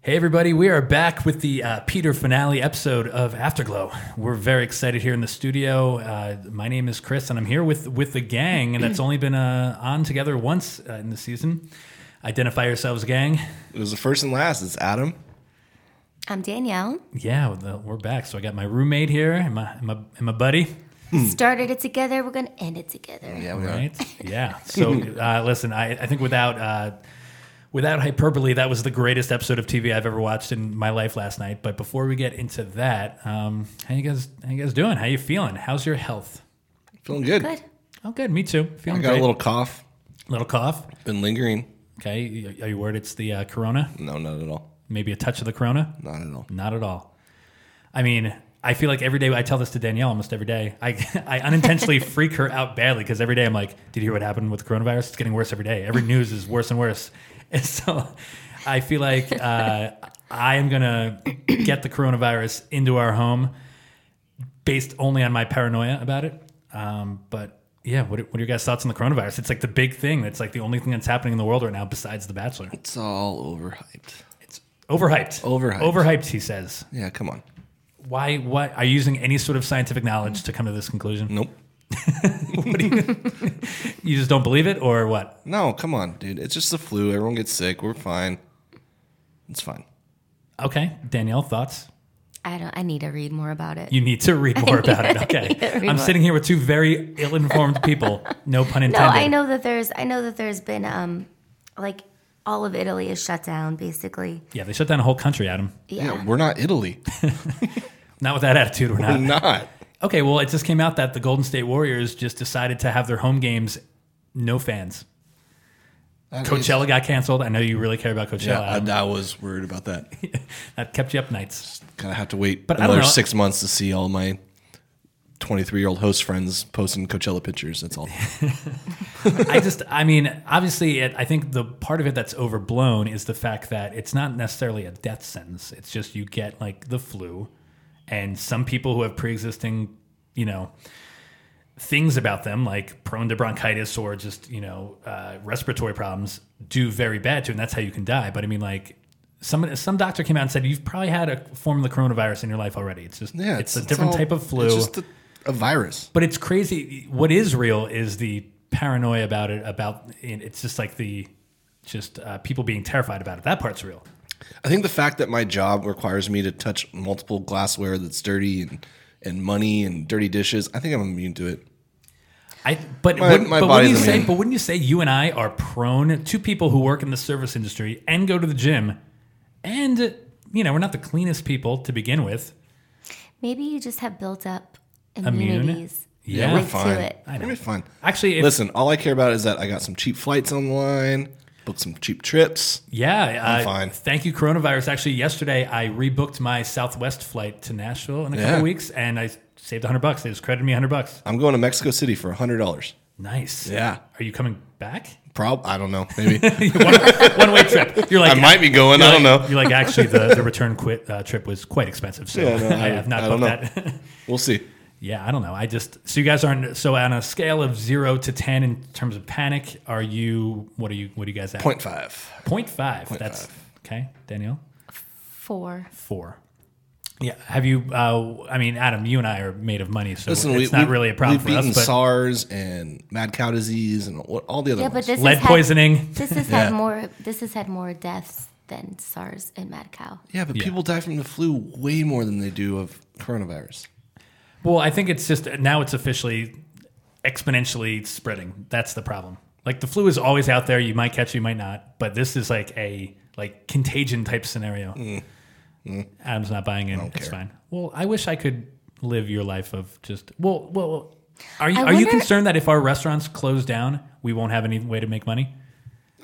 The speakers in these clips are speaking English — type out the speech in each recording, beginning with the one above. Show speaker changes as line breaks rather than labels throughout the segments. Hey, everybody, we are back with the uh, Peter finale episode of Afterglow. We're very excited here in the studio. Uh, my name is Chris, and I'm here with, with the gang, and that's only been uh, on together once uh, in the season. Identify yourselves, gang.
It was the first and last. It's Adam.
I'm Danielle.
Yeah, well, the- we're back. So I got my roommate here and my, and my, and my buddy.
Hmm.
Started it together. We're gonna end it together.
Yeah, we
right? Yeah. So uh, listen, I, I think without uh, without hyperbole, that was the greatest episode of TV I've ever watched in my life last night. But before we get into that, um, how you guys how you guys doing? How you feeling? How's your health?
Feeling good.
Good.
Oh, good. Me too.
I
Feeling
got
great.
a little cough.
little cough.
Been lingering.
Okay. Are you worried it's the uh, corona?
No, not at all.
Maybe a touch of the corona?
Not at all.
Not at all. I mean, I feel like every day I tell this to Danielle almost every day. I, I unintentionally freak her out badly because every day I'm like, did you hear what happened with coronavirus? It's getting worse every day. Every news is worse and worse. And so I feel like uh, I am going to get the coronavirus into our home based only on my paranoia about it. Um, but yeah, what are, what are your guys' thoughts on the coronavirus? It's like the big thing. It's like the only thing that's happening in the world right now besides The Bachelor.
It's all overhyped.
It's overhyped.
Overhyped.
Overhyped, he says
Yeah, come on.
why what are you using any sort of scientific knowledge to come to this conclusion
Nope.
What do you, you just don't believe it or what
No, come on, dude. It's just the flu. Everyone gets sick. We're fine. It's fine.
okay danielle thoughts
I don't. I need to read more about it.
you need to read more about it okay
to read
i'm
more.
sitting here with two very ill-informed people no pun
no,
intended
I know that there's. I know that there's been um, like all of Italy is shut down basically.
yeah they shut down a whole country adam
Yeah,
Yeah.
we're not Italy.
not with that attitude we're
We're
not
not.
okay well it just came out that the golden state warriors just decided to have their home games no fans
That is-
coachella got canceled i know you really care about coachella
Yeah,
Adam.
I, I was worried about that.
that kept you up nights
Gonna have to wait
But I don't
another
know.
six months to see all my 23 year old host friends posting Coachella pictures. That's all.
I just, I mean, obviously, it, I think the part of it that's overblown is the fact that it's not necessarily a death sentence. It's just you get like the flu, and some people who have pre-existing, you know, things about them, like prone to bronchitis or just you know uh, respiratory problems, do very bad too, and that's how you can die. But I mean, like. Some, some doctor came out and said you've probably had a form of the coronavirus in your life already. It's just
Yeah,
it's, a different
all-
type of flu.
It's just a, a virus.
But it's crazy. What is real is the paranoia about it. About it's just like the just uh, people being terrified about it. That part's real.
I think the fact that my job requires me to touch multiple glassware that's dirty and, and money and dirty dishes, I think I'm immune to it.
I but
My-
wouldn't-
my
but wouldn't
body's
you
a
say
man.
but wouldn't you say you and I are prone to people who work in the service industry and go to the gym, and you know we're not the cleanest people to begin with.
Maybe you just have built up
Immune?
immunities.
Yeah.
we're
Linked to
fine.
it.
I know.
We're fine.
Actually, if,
Listen, all I care about is that I got some cheap flights online, booked some cheap trips.
yeah, uh,
fine.
Thank you, coronavirus. Actually, yesterday I rebooked my Southwest flight to Nashville in a
Yeah.
couple weeks, and I saved hundred bucks. They just credited me hundred bucks.
I'm going to Mexico City for hundred dollars.
Nice.
Yeah.
Are you coming back?
Prob I don't know. Maybe
one, one way trip. You're like,
I might be going.
you're
I don't
like-
know.
You're like, actually, the, the return quit uh, trip was quite expensive, so
Yeah, no,
I,
I-
have not
I
booked
don't
that.
We'll see.
yeah, I don't know. I just so you guys aren't so on a scale of zero to ten in terms of panic. Are you? What are you? What are you guys at?
Point five.
Point five. That's okay, Danielle.
Four.
Four. Yeah. Have you? Uh, I mean, Adam, you and I are made of money, so
Listen,
it's
we,
not
we-
really a problem
We've
for us.
beaten
But
SARS and mad cow disease and all all the other
Yeah,
ones.
but this
lead
has had-
poisoning.
this has
Yeah.
had more. This has had more deaths than SARS and mad cow.
yeah, but people die from the flu way more than they do of coronavirus.
Well, I think it's just now it's officially exponentially spreading. That's the problem. Like the flu is always out there. You might catch, it, you might not. But this is like a like contagion type scenario. Adam's not buying in. It's fine. Well, I wish I could live your life of just well, well. well, Are you
I
are you
wonder-
concerned that if our restaurants close down, we won't have any way to make money?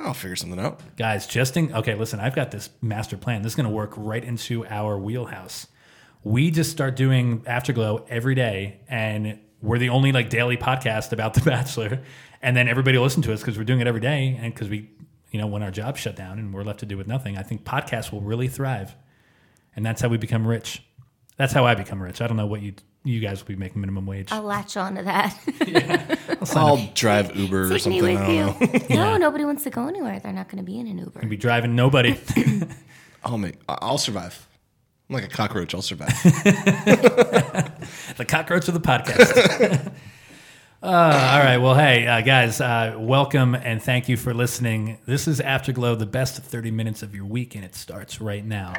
I'll figure something out.
Guys, just in, okay, listen, I've got this master plan. This is going to work right into our wheelhouse. We just start doing Afterglow every day, and we're the only like daily podcast about The Bachelor. And then everybody will listen to us because we're doing it every day, and because we, you know, when our jobs shut down and we're left to do with nothing, I think podcasts will really thrive, and that's how we become rich. That's how I become rich. I don't know what you you guys will be making minimum wage.
I'll latch on to that.
I'll drive Uber or
Take me
something. I
with
don't know.
you. no, nobody wants to go anywhere. They're not going to be in an Uber.
be driving nobody.
I'll make. Oh, I- I'll survive. I'm like a cockroach. I'll survive.
the cockroach of the podcast. Uh, all right. Well, hey, uh, guys, uh, welcome and thank you for listening. This is Afterglow, the best 30 minutes of your week, and it starts right now.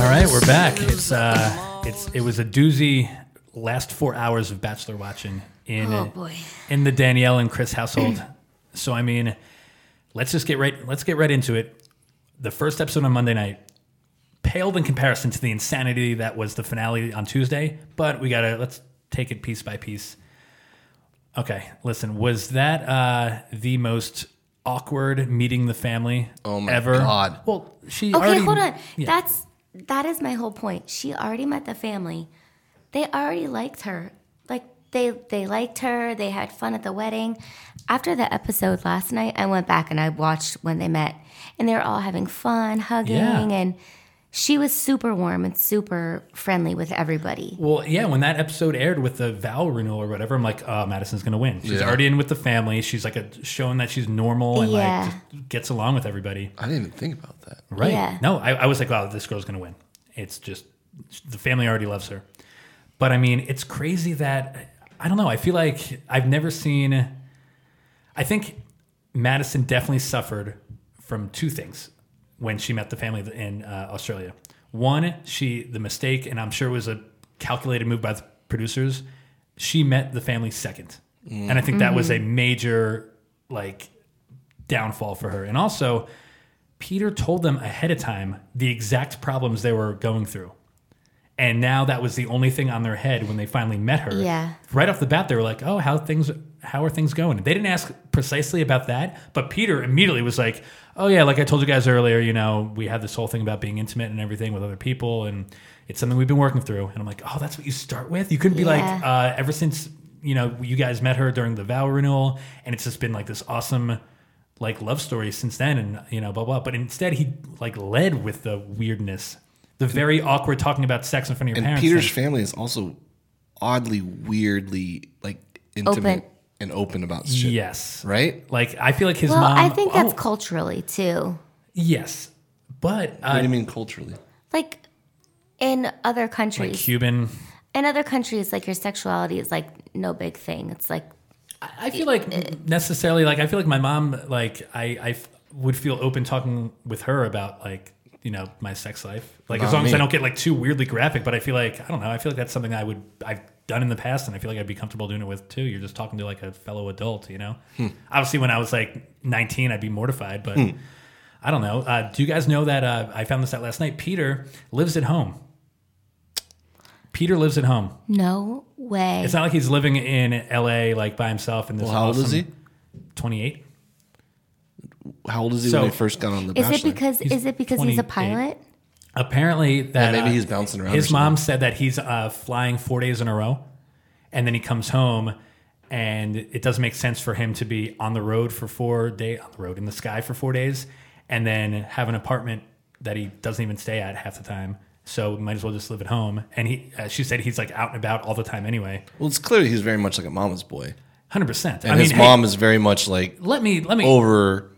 All right, we're back. It's uh, it's it was a doozy last four hours of Bachelor watching in
Oh, boy.
in the Danielle and Chris household. so I mean, let's just get right let's get right into it. The first episode on Monday night paled in comparison to the insanity that was the finale on Tuesday, but we gotta let's take it piece by piece. Okay, listen, was that uh, the most awkward meeting the family
Oh my
ever?
God.
Well, she
Okay,
already,
hold on. That's that is my whole point. She already met the family. They already liked her. Like they they liked her. They had fun at the wedding. After the episode last night, I went back and I watched when they met, and they were all having fun, hugging, and she was super warm and super friendly with everybody.
Well, yeah, when that episode aired with the vow renewal or whatever, I'm like, oh, Madison's gonna win. She's
Yeah.
already in with the family. She's like a, showing that she's normal and
Yeah.
like just gets along with everybody.
I didn't even think about that.
Right?
Yeah.
No, I, I was like, wow, this girl's gonna win. It's just the family already loves her. But I mean, it's crazy that I don't know. I feel like I've never seen. I think Madison definitely suffered from two things when she met the family in uh, Australia. One, she the mistake, and I'm sure it was a calculated move by the producers. She met the family second, and I think that was a major like downfall for her. And also, Peter told them ahead of time the exact problems they were going through. And now that was the only thing on their head when they finally met her.
Yeah.
Right off the bat, they were like, "Oh, how things? How are things going?" They didn't ask precisely about that, but Peter immediately was like, "Oh yeah, like I told you guys earlier, you know, we had this whole thing about being intimate and everything with other people, and it's something we've been working through." And I'm like, "Oh, that's what you start with? You couldn't be like, uh, ever since you know you guys met her during the vow renewal, and it's just been like this awesome." like love story since then and you know blah blah but instead he like led with the weirdness the very awkward talking about sex in front of your
And
parents
Peter's
thing.
family is also oddly, weirdly like intimate
Open.
and open about shit.
yes
Right?
like i feel like his
Well,
mom
I think that's
oh,
culturally too.
yes but
What do
uh,
you mean culturally?
Like in other countries,
cuban
in other countries, like your sexuality is like no big thing. It's like
I feel like necessarily like I feel like my mom like I I f- would feel open talking with her about like you know my sex life like as
Not
long as I
me.
don't get like too weirdly graphic but I feel like I don't know I feel like that's something I would I've done in the past and I feel like I'd be comfortable doing it with too you're just talking to like a fellow adult you know
Hmm.
obviously when I was like 19 I'd be mortified but I don't know uh, do you guys know that uh, I found this out last night Peter lives at home Peter lives at home
no way.
it's not like he's living in LA like by himself in this
Well, how old is
awesome-
he?
28.
How old is he
So-
when he first got on the
Is
Bachelor?
it because is it because he's a
28.
pilot?
Apparently, that
Yeah, maybe
uh,
he's bouncing around. or
his
something.
mom said that he's uh, flying four days in a row, and then he comes home, and it doesn't make sense for him to be on the road for four day on the road in the sky for four days, and then have an apartment that he doesn't even stay at half the time. So might as well just live at home. And he, uh, she said, he's like out and about all the time anyway.
Well, it's clearly he's very much like a mama's boy,
Hundred percent.
and his mom Oh. is very much like
let me let me
over,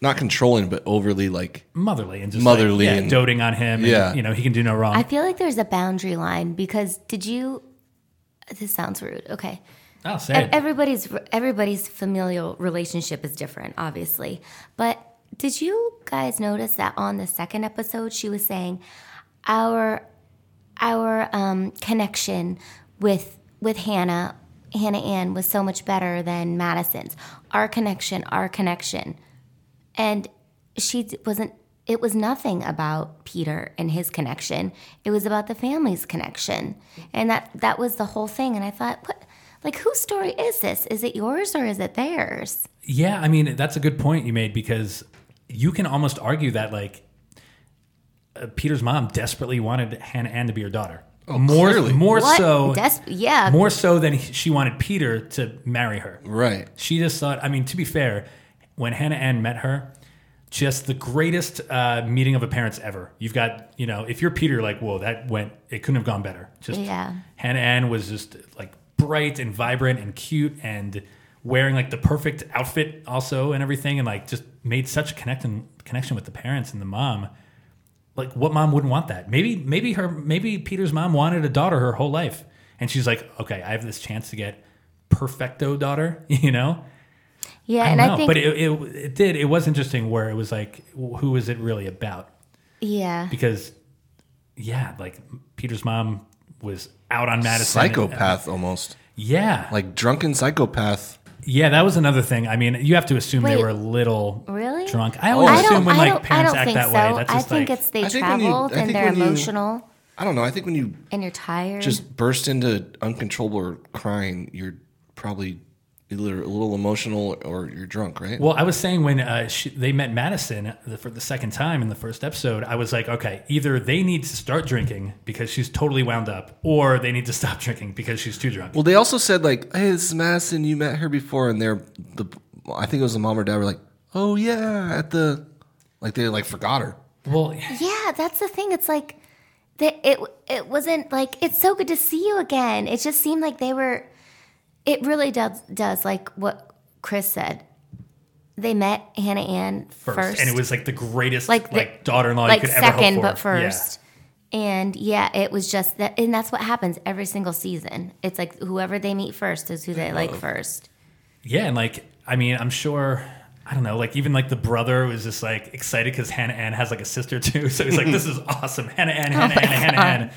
not controlling, but overly like.
motherly and just
Motherly
like, yeah,
and-
doting on him. and,
Yeah.
you know he can do no wrong.
I feel like there's a boundary line because did you? This sounds rude. Okay,
I'll say
Ev-
it.
everybody's everybody's familial relationship is different, obviously. But did you guys notice that on the second episode she was saying our our um, connection with with Hannah Hannah Ann was so much better than Madison's. Our connection, our connection, and she d- wasn't. It was nothing about Peter and his connection. It was about the family's connection, and that that was the whole thing. And I thought, what, like, whose story is this? Is it yours or is it theirs?
Yeah, I mean that's a good point you made because you can almost argue that like uh, Peter's mom desperately wanted Hannah Ann to be her daughter.
Oh,
more
clearly.
more
What?
so
Des- yeah.
more so than he- she wanted Peter to marry her.
Right.
She just thought I mean to be fair, when Hannah Ann met her, just the greatest uh, meeting of a parents ever. You've got, you know, if you're Peter, like, whoa, that went, it couldn't have gone better. Just
Yeah.
Hannah Ann was just like bright and vibrant and cute and wearing like the perfect outfit also and everything and like just made such a connect connection with the parents and the mom. Like what mom wouldn't want that? Maybe maybe her maybe Peter's mom wanted a daughter her whole life. And she's like, Okay, I have this chance to get perfecto daughter, you know?
Yeah,
I don't
and
know.
I think
but it, it it did. It was interesting where it was like, wh- who is it really about?
yeah.
Because, yeah, like Peter's mom was out on Madison.
Psychopath almost.
Yeah, like
Like drunken psychopath.
yeah, that was another thing. I mean, you have to assume they
Wait,
were a little
really?
drunk. Oh, I always
Oh, I don't.
assume when
I
like
don't, I
parents
don't
act
think
that
so.
way. That's
I
just
think
like,
it's they
I think when you-
traveled
I
and
think
they're
when you-
emotional
I don't know. I think when you
and you're tired.
just burst into uncontrollable crying, you're probably either a little emotional or you're drunk, right?
Well, I was saying when uh, she, they met Madison uh, the, for the second time in the first episode, I was like, okay, either they need to start drinking because she's totally wound up, or they need to stop drinking because she's too drunk.
Well, they also said like, "Hey, this is Madison. You met her before," and they're the. I think it was the mom or dad were like, "Oh yeah," at the, like they like forgot her.
well
Yeah, that's the thing. It's like that it it wasn't like it's so good to see you again. It just seemed like they were it really does does like what Chris said. They met Hannah Ann
first.
first.
and it was like the greatest
Like
like,
the-
daughter-in-law
like
you could ever
second
hope for.
but first. And yeah, it was just that and that's what happens every single season. It's like whoever they meet first is who they like first.
Yeah. yeah, and like I mean, I'm sure. I don't know, like even like the brother was just like excited because Hannah Ann has like a sister too, so he's like, "This is awesome, Hannah Ann,
Oh
Hannah Ann, Hannah Ann."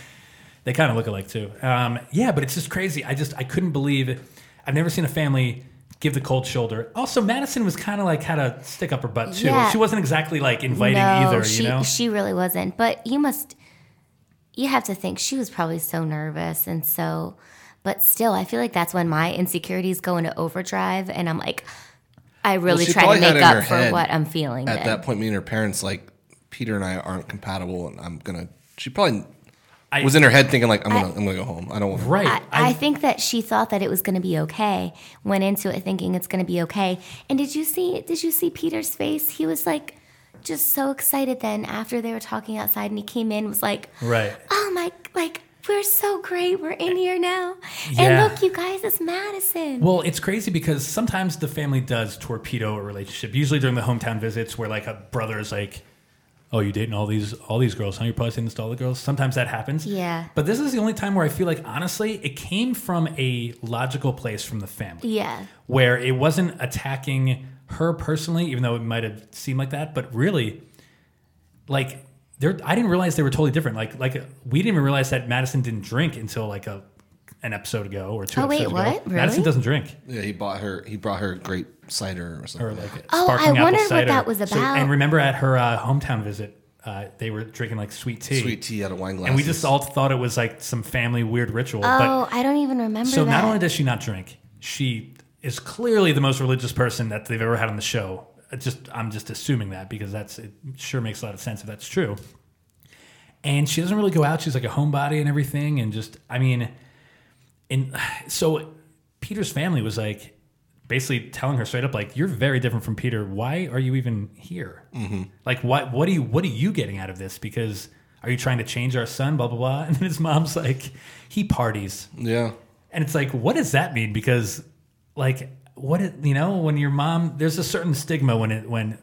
They kind of look alike too. Um, yeah, but it's just crazy. I just I couldn't believe I've never seen a family give the cold shoulder. Also, Madison was kind of like had a stick up her butt too.
Yeah.
She wasn't exactly like inviting
no,
either,
she
you know.
she really wasn't. But you must, you have to think she was probably so nervous and so. But still, I feel like that's when my insecurities go into overdrive, and I'm like, I really
she
try
probably
to
had
make
it in her
up for
head
what I'm feeling.
At
then.
that point, me and her parents like, Peter and I aren't compatible, and I'm gonna. She probably
I-
was in her head thinking like, "I'm gonna, I, am gonna go home. I don't want."
right.
I, I think that she thought that it was going to be okay. Went into it thinking it's going to be okay. And did you see? Did you see Peter's face? He was like, just so excited. Then after they were talking outside, and he came in, was like,
right.
oh my like we're so great we're in here now
Yeah.
and look you guys it's madison
Well, it's crazy because sometimes the family does torpedo a relationship. Usually during the hometown visits, where like a brother is like, "Oh, you dating all these all these girls? Huh? You're probably seeing this to all the girls." Sometimes that happens.
Yeah.
But this is the only time where I feel like honestly, it came from a logical place from the family,
yeah
where it wasn't attacking her personally, even though it might have seemed like that. But really, like they're I didn't realize they were totally different. Like like we didn't even realize that Madison didn't drink until like a an episode ago or two
Oh, wait,
episodes ago.
what? Really?
Madison doesn't drink.
Yeah, he bought her. He brought her grape cider or something.
or like
Oh, I
sparkling apple
wondered what
cider.
that was about.
and remember at her uh, hometown visit, uh, they were drinking like sweet tea.
sweet tea out of wine glass.
And we just all thought it was like some family weird ritual.
oh i don't even remember
but so
that
not only does she not drink, she is clearly the most religious person that they've ever had on the show. It's just I'm just assuming that because that's it sure makes a lot of sense if that's true. And she doesn't really go out. She's like a homebody and everything. And just I mean, and so Peter's family was like basically telling her straight up like you're very different from Peter. Why are you even here? Like what what are you what are you getting out of this? Because are you trying to change our son? Blah blah blah. And then his mom's like he parties,
yeah.
and it's like what does that mean? Because like what it, you know when your mom there's a certain stigma when it when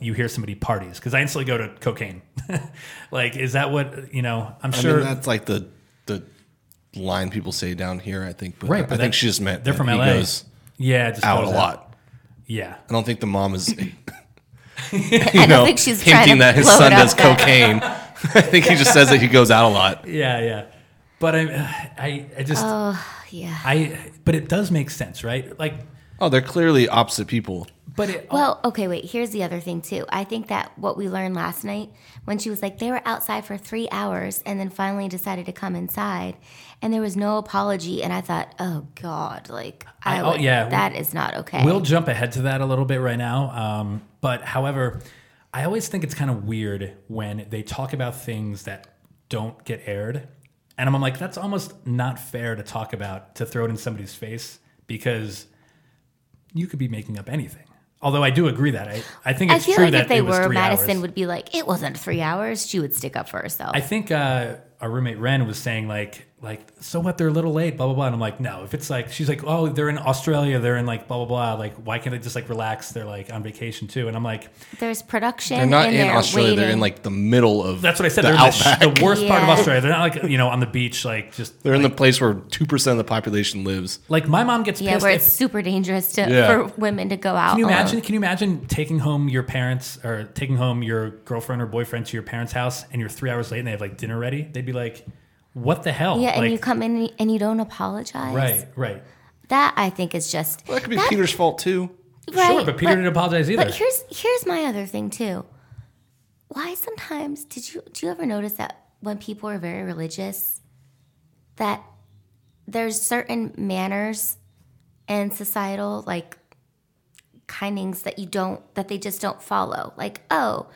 you hear somebody parties because I instantly go to cocaine. like is that what you know? I'm
I
sure
mean, that's like the the line people say down here. I think, but
Right,
I,
but
I
that-
think she just meant
they're
that
from
he
LA.
goes
yeah, it just
out a
goes
lot.
Yeah.
I don't think the mom is. You know,
i don't think she's trying
hinting
to
that his
blow it
son
up
does
that-
cocaine. I think he just says that he goes out a lot.
Yeah, yeah. But I, I, I just,
yeah
I, but it does make sense, right? Like,
Oh, they're clearly opposite people.
but it,
well okay wait here's the other thing too i think that what we learned last night when she was like they were outside for three hours and then finally decided to come inside and there was no apology and i thought oh god like i,
I- oh,
would,
yeah.
that is not okay
We'll jump ahead to that a little bit right now. Um, but however, I always think it's kind of weird when they talk about things that don't get aired. And I'm like, that's almost not fair to talk about, to throw it in somebody's face because you could be making up anything. Although I do agree that I, I think
I
it's
feel
true
like
that
if they
it was
were,
three
Madison
hours.
would be like, it wasn't three hours. She would stick up for herself.
I think uh, our roommate Ren was saying like like so what they're a little late blah blah blah and I'm like no if it's like she's like oh they're in Australia they're in like blah blah blah like why can't they just like relax they're like on vacation too and I'm like
There's production.
They're not
and
in
they're
Australia. They're in
waiting.
like the middle of.
that's what I said
The
they're in the, sh-
outback.
the worst part of
Yeah.
Australia they're not like you know on the beach like just
They're in the place where two percent of the population lives.
like my mom gets
yeah,
pissed
where
if-
it's super dangerous to
Yeah.
for women to go out.
Can you
alone.
imagine? Can you imagine taking home your parents or taking home your girlfriend or boyfriend to your parents' house, and you're three hours late, and they have like dinner ready? They'd be like, "What the hell?"
Yeah, and
like,
you come in and you don't apologize.
right, right,
That I think is just
Well, that could be Peter's fault too.
right.
sure. But Peter didn't apologize either.
But here's here's my other thing too. Why sometimes did you do you ever notice that when people are very religious, that there's certain manners and societal like kindings that you don't that they just don't follow. Like oh,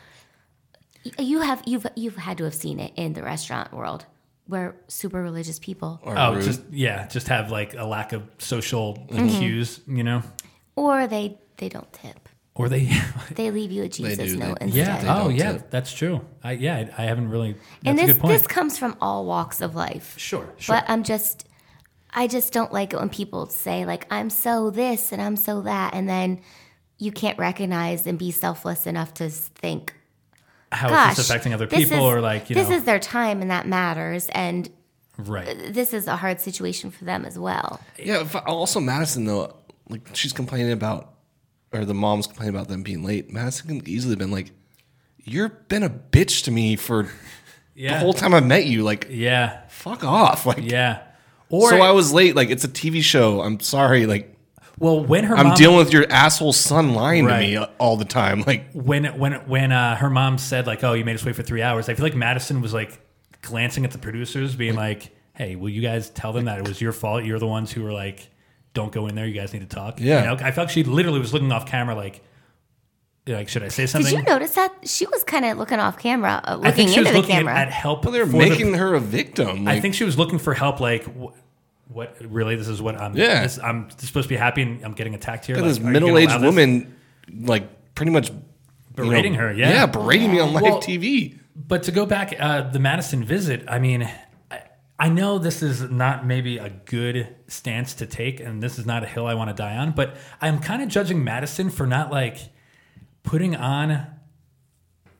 y- you have you've you've had to have seen it in the restaurant world where super religious people
Or
oh,
rude. Mm-hmm.
just yeah, just have like a lack of social cues, you know,
or they they don't tip.
or they.
They leave you a Jesus
do.
note
They-
instead.
Yeah.
don't
oh, yeah.
tip.
That's true. I, yeah, I, I haven't really. That's
and
a
this
good point.
this comes from all walks of life.
sure. Sure.
But I'm just, I just don't like it when people say like I'm so this and I'm so that, and then you can't recognize and be selfless enough to s- think,
How
gosh,
is this Oh, affecting other
this
people,
is-
or like you
this
know,
is their time and that matters, and
right?
this is a hard situation for them as well.
Yeah. if- Also, Madison though, like she's complaining about, or the mom's complaining about them being late. Madison can easily have been like, "You've been a bitch to me for the
Yeah.
whole time I met you. Like,
yeah.
fuck off. Like,
Yeah. Or
so I was late. Like, it's a TV show. I'm sorry. Like,
well, when her
I'm
mom
dealing with your asshole son lying
Right.
to me uh, all the time. Like,
when when when uh, her mom said like, "Oh, you made us wait for three hours," I feel like Madison was like glancing at the producers, being like, "Hey, will you guys tell them that it was your fault? You're the ones who were like, don't go in there. You guys need to talk."
Yeah.
you know? I felt she literally was looking off camera, like, like should I say
Did
something?
you notice that she was kind of looking off camera, uh,
I think
looking
she was
into the
looking at-
camera?
at help.
well, they're
for the-
making her a victim. Like,
I think she was looking for help. Like, wh- what? Really, this is what I'm.
Yeah.
this, I'm supposed to be happy, and I'm getting attacked here.
got
Like,
this
are you gonna allow
middle-aged
this?
woman, like, pretty much you know,
Berating her, yeah.
yeah, berating me on live
Well-
TV.
But to go back, uh, the Madison visit, I mean, I, I know this is not maybe a good stance to take, and this is not a hill I want to die on, but I'm kind of judging Madison for not like putting on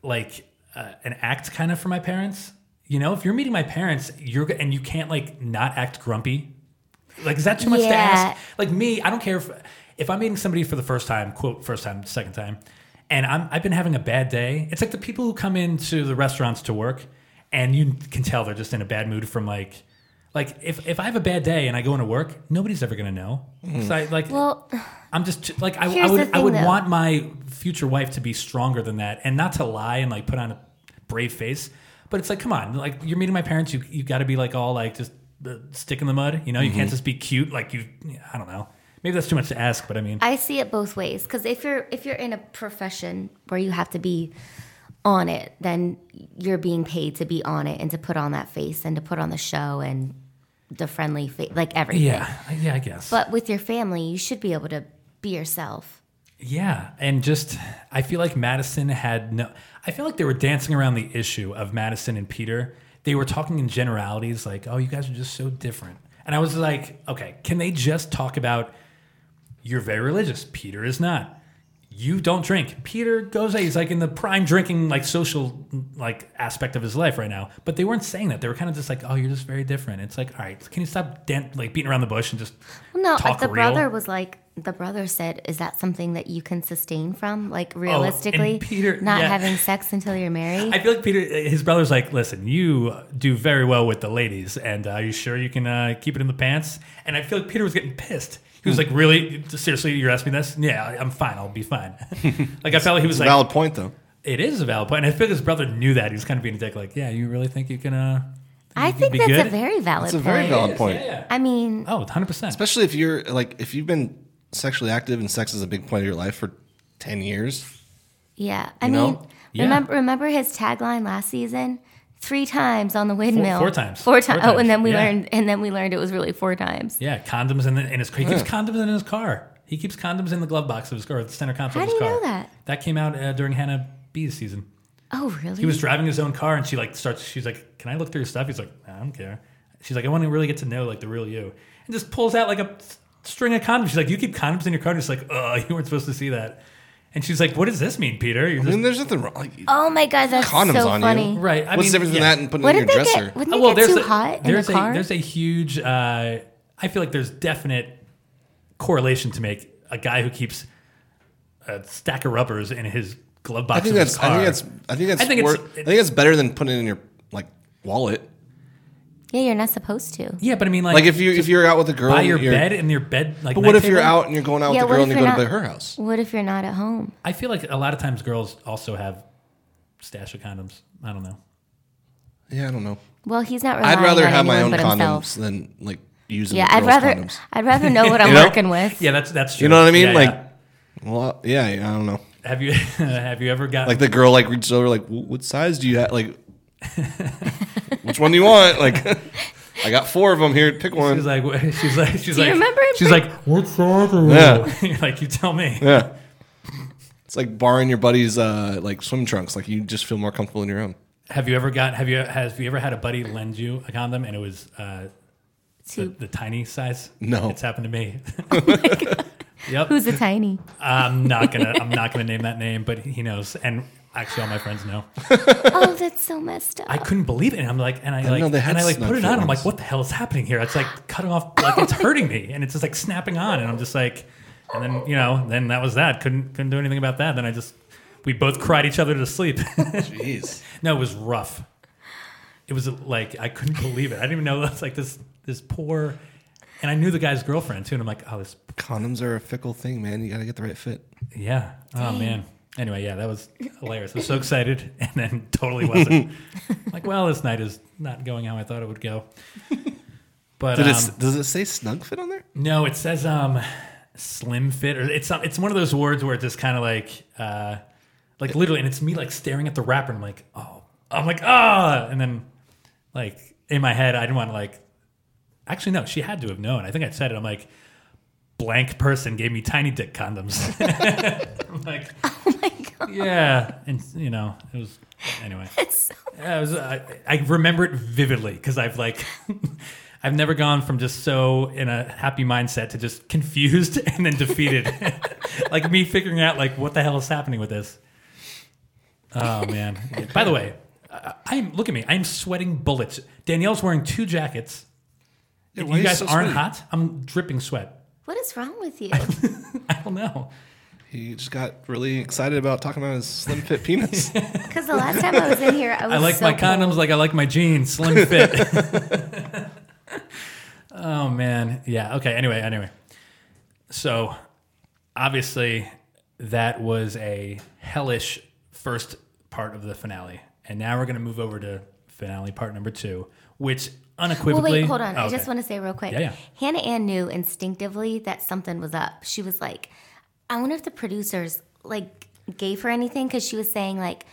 like uh, an act kind of for my parents. You know, if you're meeting my parents, you're g- and you can't like not act grumpy. Like, is that too much to
Yeah.
ask? Like me, I don't care if if I'm meeting somebody for the first time, quote first time, second time, and I'm I've been having a bad day. It's like the people who come into the restaurants to work, and you can tell they're just in a bad mood from like. Like if, if I have a bad day and I go into work, nobody's ever gonna know. So I, like
well,
I'm just like I, I
Here's
would
the
I
thing,
would
though.
want my future wife to be stronger than that and not to lie and like put on a brave face. But it's like, come on, like you're meeting my parents, you you got to be like all like just uh, stick in the mud, you know? You can't just be cute like you. I don't know. Maybe that's too much to ask, but I mean,
I see it both ways because if you're if you're in a profession where you have to be on it, then you're being paid to be on it and to put on that face and to put on the show and the friendly face, like everything.
yeah, I- yeah, I guess,
But with your family, you should be able to be yourself.
yeah, and just I feel like Madison had no. I feel like they were dancing around the issue of Madison and Peter. They were talking in generalities, like, "Oh, you guys are just so different," and I was like, "Okay, can they just talk about?" You're very religious. Peter is not. You don't drink. Peter goes, he's like in the prime drinking, like social, like aspect of his life right now. But they weren't saying that. They were kind of just like, oh, you're just very different. It's like, all right, can you stop dan- like beating around the bush and just
Well, no,
talk
the
real?
brother was like, the brother said, "Is that something that you can sustain from, like
Oh, and
realistically,
Peter-
not
yeah.
having sex until you're married?"
I feel like Peter, uh, his brother's like, listen, you do very well with the ladies, and uh, are you sure you can uh, keep it in the pants? And I feel like Peter was getting pissed. He
Hmm.
was like, really, seriously, you're asking me this? Yeah, I- I'm fine. I'll be fine. like I felt like he was like,
Valid point though.
It is a valid point. And I feel his brother knew that. He was kind of being a dick, like, yeah, you really think you can, uh,
I think
be
that's
good?
a very valid
It's a
point.
very valid point,
I mean,
oh, 100%.
especially if you're like if you've been sexually active and sex is a big point of your life for ten years.
Yeah, I
You know?
mean,
Yeah.
remember remember his tagline last season? Three times on the windmill.
four times.
Four
Four
times. Oh,
times,
and then we
yeah.
learned, and then we learned it was really four times.
Yeah, condoms in, the, in his car. He keeps condoms in his car. He keeps condoms in the glove box of his car, or the center console
How
of
do
his
you
car.
know that?
That came out uh, during Hannah B's season.
Oh, really?
He was driving his own car, and she like starts. She's like, "Can I look through your stuff?" He's like, "I don't care." She's like, "I want to really get to know like the real you," and just pulls out like a s- string of condoms. She's like, "You keep condoms in your car?" And he's like, "Oh, you weren't supposed to see that." And she's like, "What does this mean, Peter?" You're
I
just,
mean, there's nothing wrong. Like,
oh my god, that's
Condoms
so
on you.
funny.
right. I mean,
what's the difference between
yeah.
that and putting
What
it in
did
your
they
dresser?
get? Wouldn't
Oh,
they
well,
get
there's
too
a,
hot in the
there's a
car?
there's a huge. Uh, I feel like there's definite correlation to make a guy who keeps a stack of rubbers in his glove box.
I think
of
that's.
his
I
car.
think that's. I think that's.
I think
wor-
it's-
I think that's better than putting it in your like wallet.
Yeah, you're not supposed to.
yeah, but I mean, like,
Like if you if you're out with a girl,
by
and
your
you're-
bed in your bed, like.
But what if you're
nightstand?
out and you're going out
Yeah,
with a
what
girl and
if
you go
you're
to
not-
her house?
What if you're not at home?
I feel like a lot of times girls also have stash of condoms. I don't know.
Yeah, I don't know.
Well, he's not. Relying
I'd rather
on
have my own condoms
anyone but himself.
than like using
Yeah,
yeah,
I'd rather.
condoms.
I'd rather know what I'm
You know?
working with.
Yeah, that's that's true.
You know what I mean?
Yeah,
like,
yeah.
well, yeah, I don't know.
have you have you ever got
Like the girl like reaches over like, "Wh- what size do you have? Like, which one do you want? Like, I got four of them here.
she's
Pick one.
like wh- she's like she's
Do you
like
remember in
she's
pre-
like what size are you?
Yeah.
You're like you tell me.
Yeah. It's like borrowing your buddy's uh, like swim trunks. Like you just feel more comfortable in your own.
Have you ever got have you have you ever had a buddy lend you a condom and it was uh, the,
Two.
the tiny size?
No.
it's happened to me. yep,
Oh Who's a tiny?
I'm not gonna I'm not gonna name that name, but he knows, and actually all my friends know.
oh, that's so messed up.
I couldn't believe it. And I'm like, and I
didn't
like,
know they had
and I like
snug
put it on. I'm
feelings.
like, what the hell is happening here? It's like cutting off, like it's hurting me, and it's just like snapping on. And I'm just like, and then you know, then that was that. Couldn't couldn't do anything about that. Then I just, we both cried each other to sleep.
Jeez.
no, it was rough. It was like I couldn't believe it. I didn't even know that's like this this poor. And I knew the guy's girlfriend too, and I'm like, oh, this,
Condoms are a fickle thing, man. You gotta get the right fit.
yeah, oh man. Anyway, yeah, that was hilarious. I was so excited, and then totally wasn't. like, well, this night is not going how I thought it would go. But
Did
um,
it, s- does it say snug fit on there?
No, it says um slim fit or it's some- it's one of those words where it's just kind of like uh like literally and it's me like staring at the wrapper and I'm like, "Oh." I'm like, "Ah." And then like in my head I didn't want to like Actually no, she had to have known. I think I said it. I'm like blank person gave me tiny dick condoms. I'm like,
oh my god,
yeah, and you know, it was anyway.
that's so
Yeah, it was, I, I remember it vividly because I've like, I've never gone from just so in a happy mindset to just confused and then defeated. like me figuring out like what the hell is happening with this. Oh man! By the way, I, I'm look at me. I'm sweating bullets. Danielle's wearing two jackets. If
why
you
are you
guys
so
aren't
sweaty?
hot. I'm dripping sweat.
What is wrong with you?
I don't know.
He just got really excited about talking about his slim fit penis.
Because the last time I was in here, I was
I like
so
my
cold.
condoms like I like my jeans, slim fit. oh man, yeah. Okay. Anyway, anyway. So obviously that was a hellish first part of the finale, and now we're gonna move over to finale part number two, which
Well,
unequivocally.
wait, hold on.
Oh,
I
okay.
just want to say real quick.
Yeah, yeah.
Hannah Ann knew instinctively that something was up. She was like, I wonder if the producers like gave her anything because she was saying like,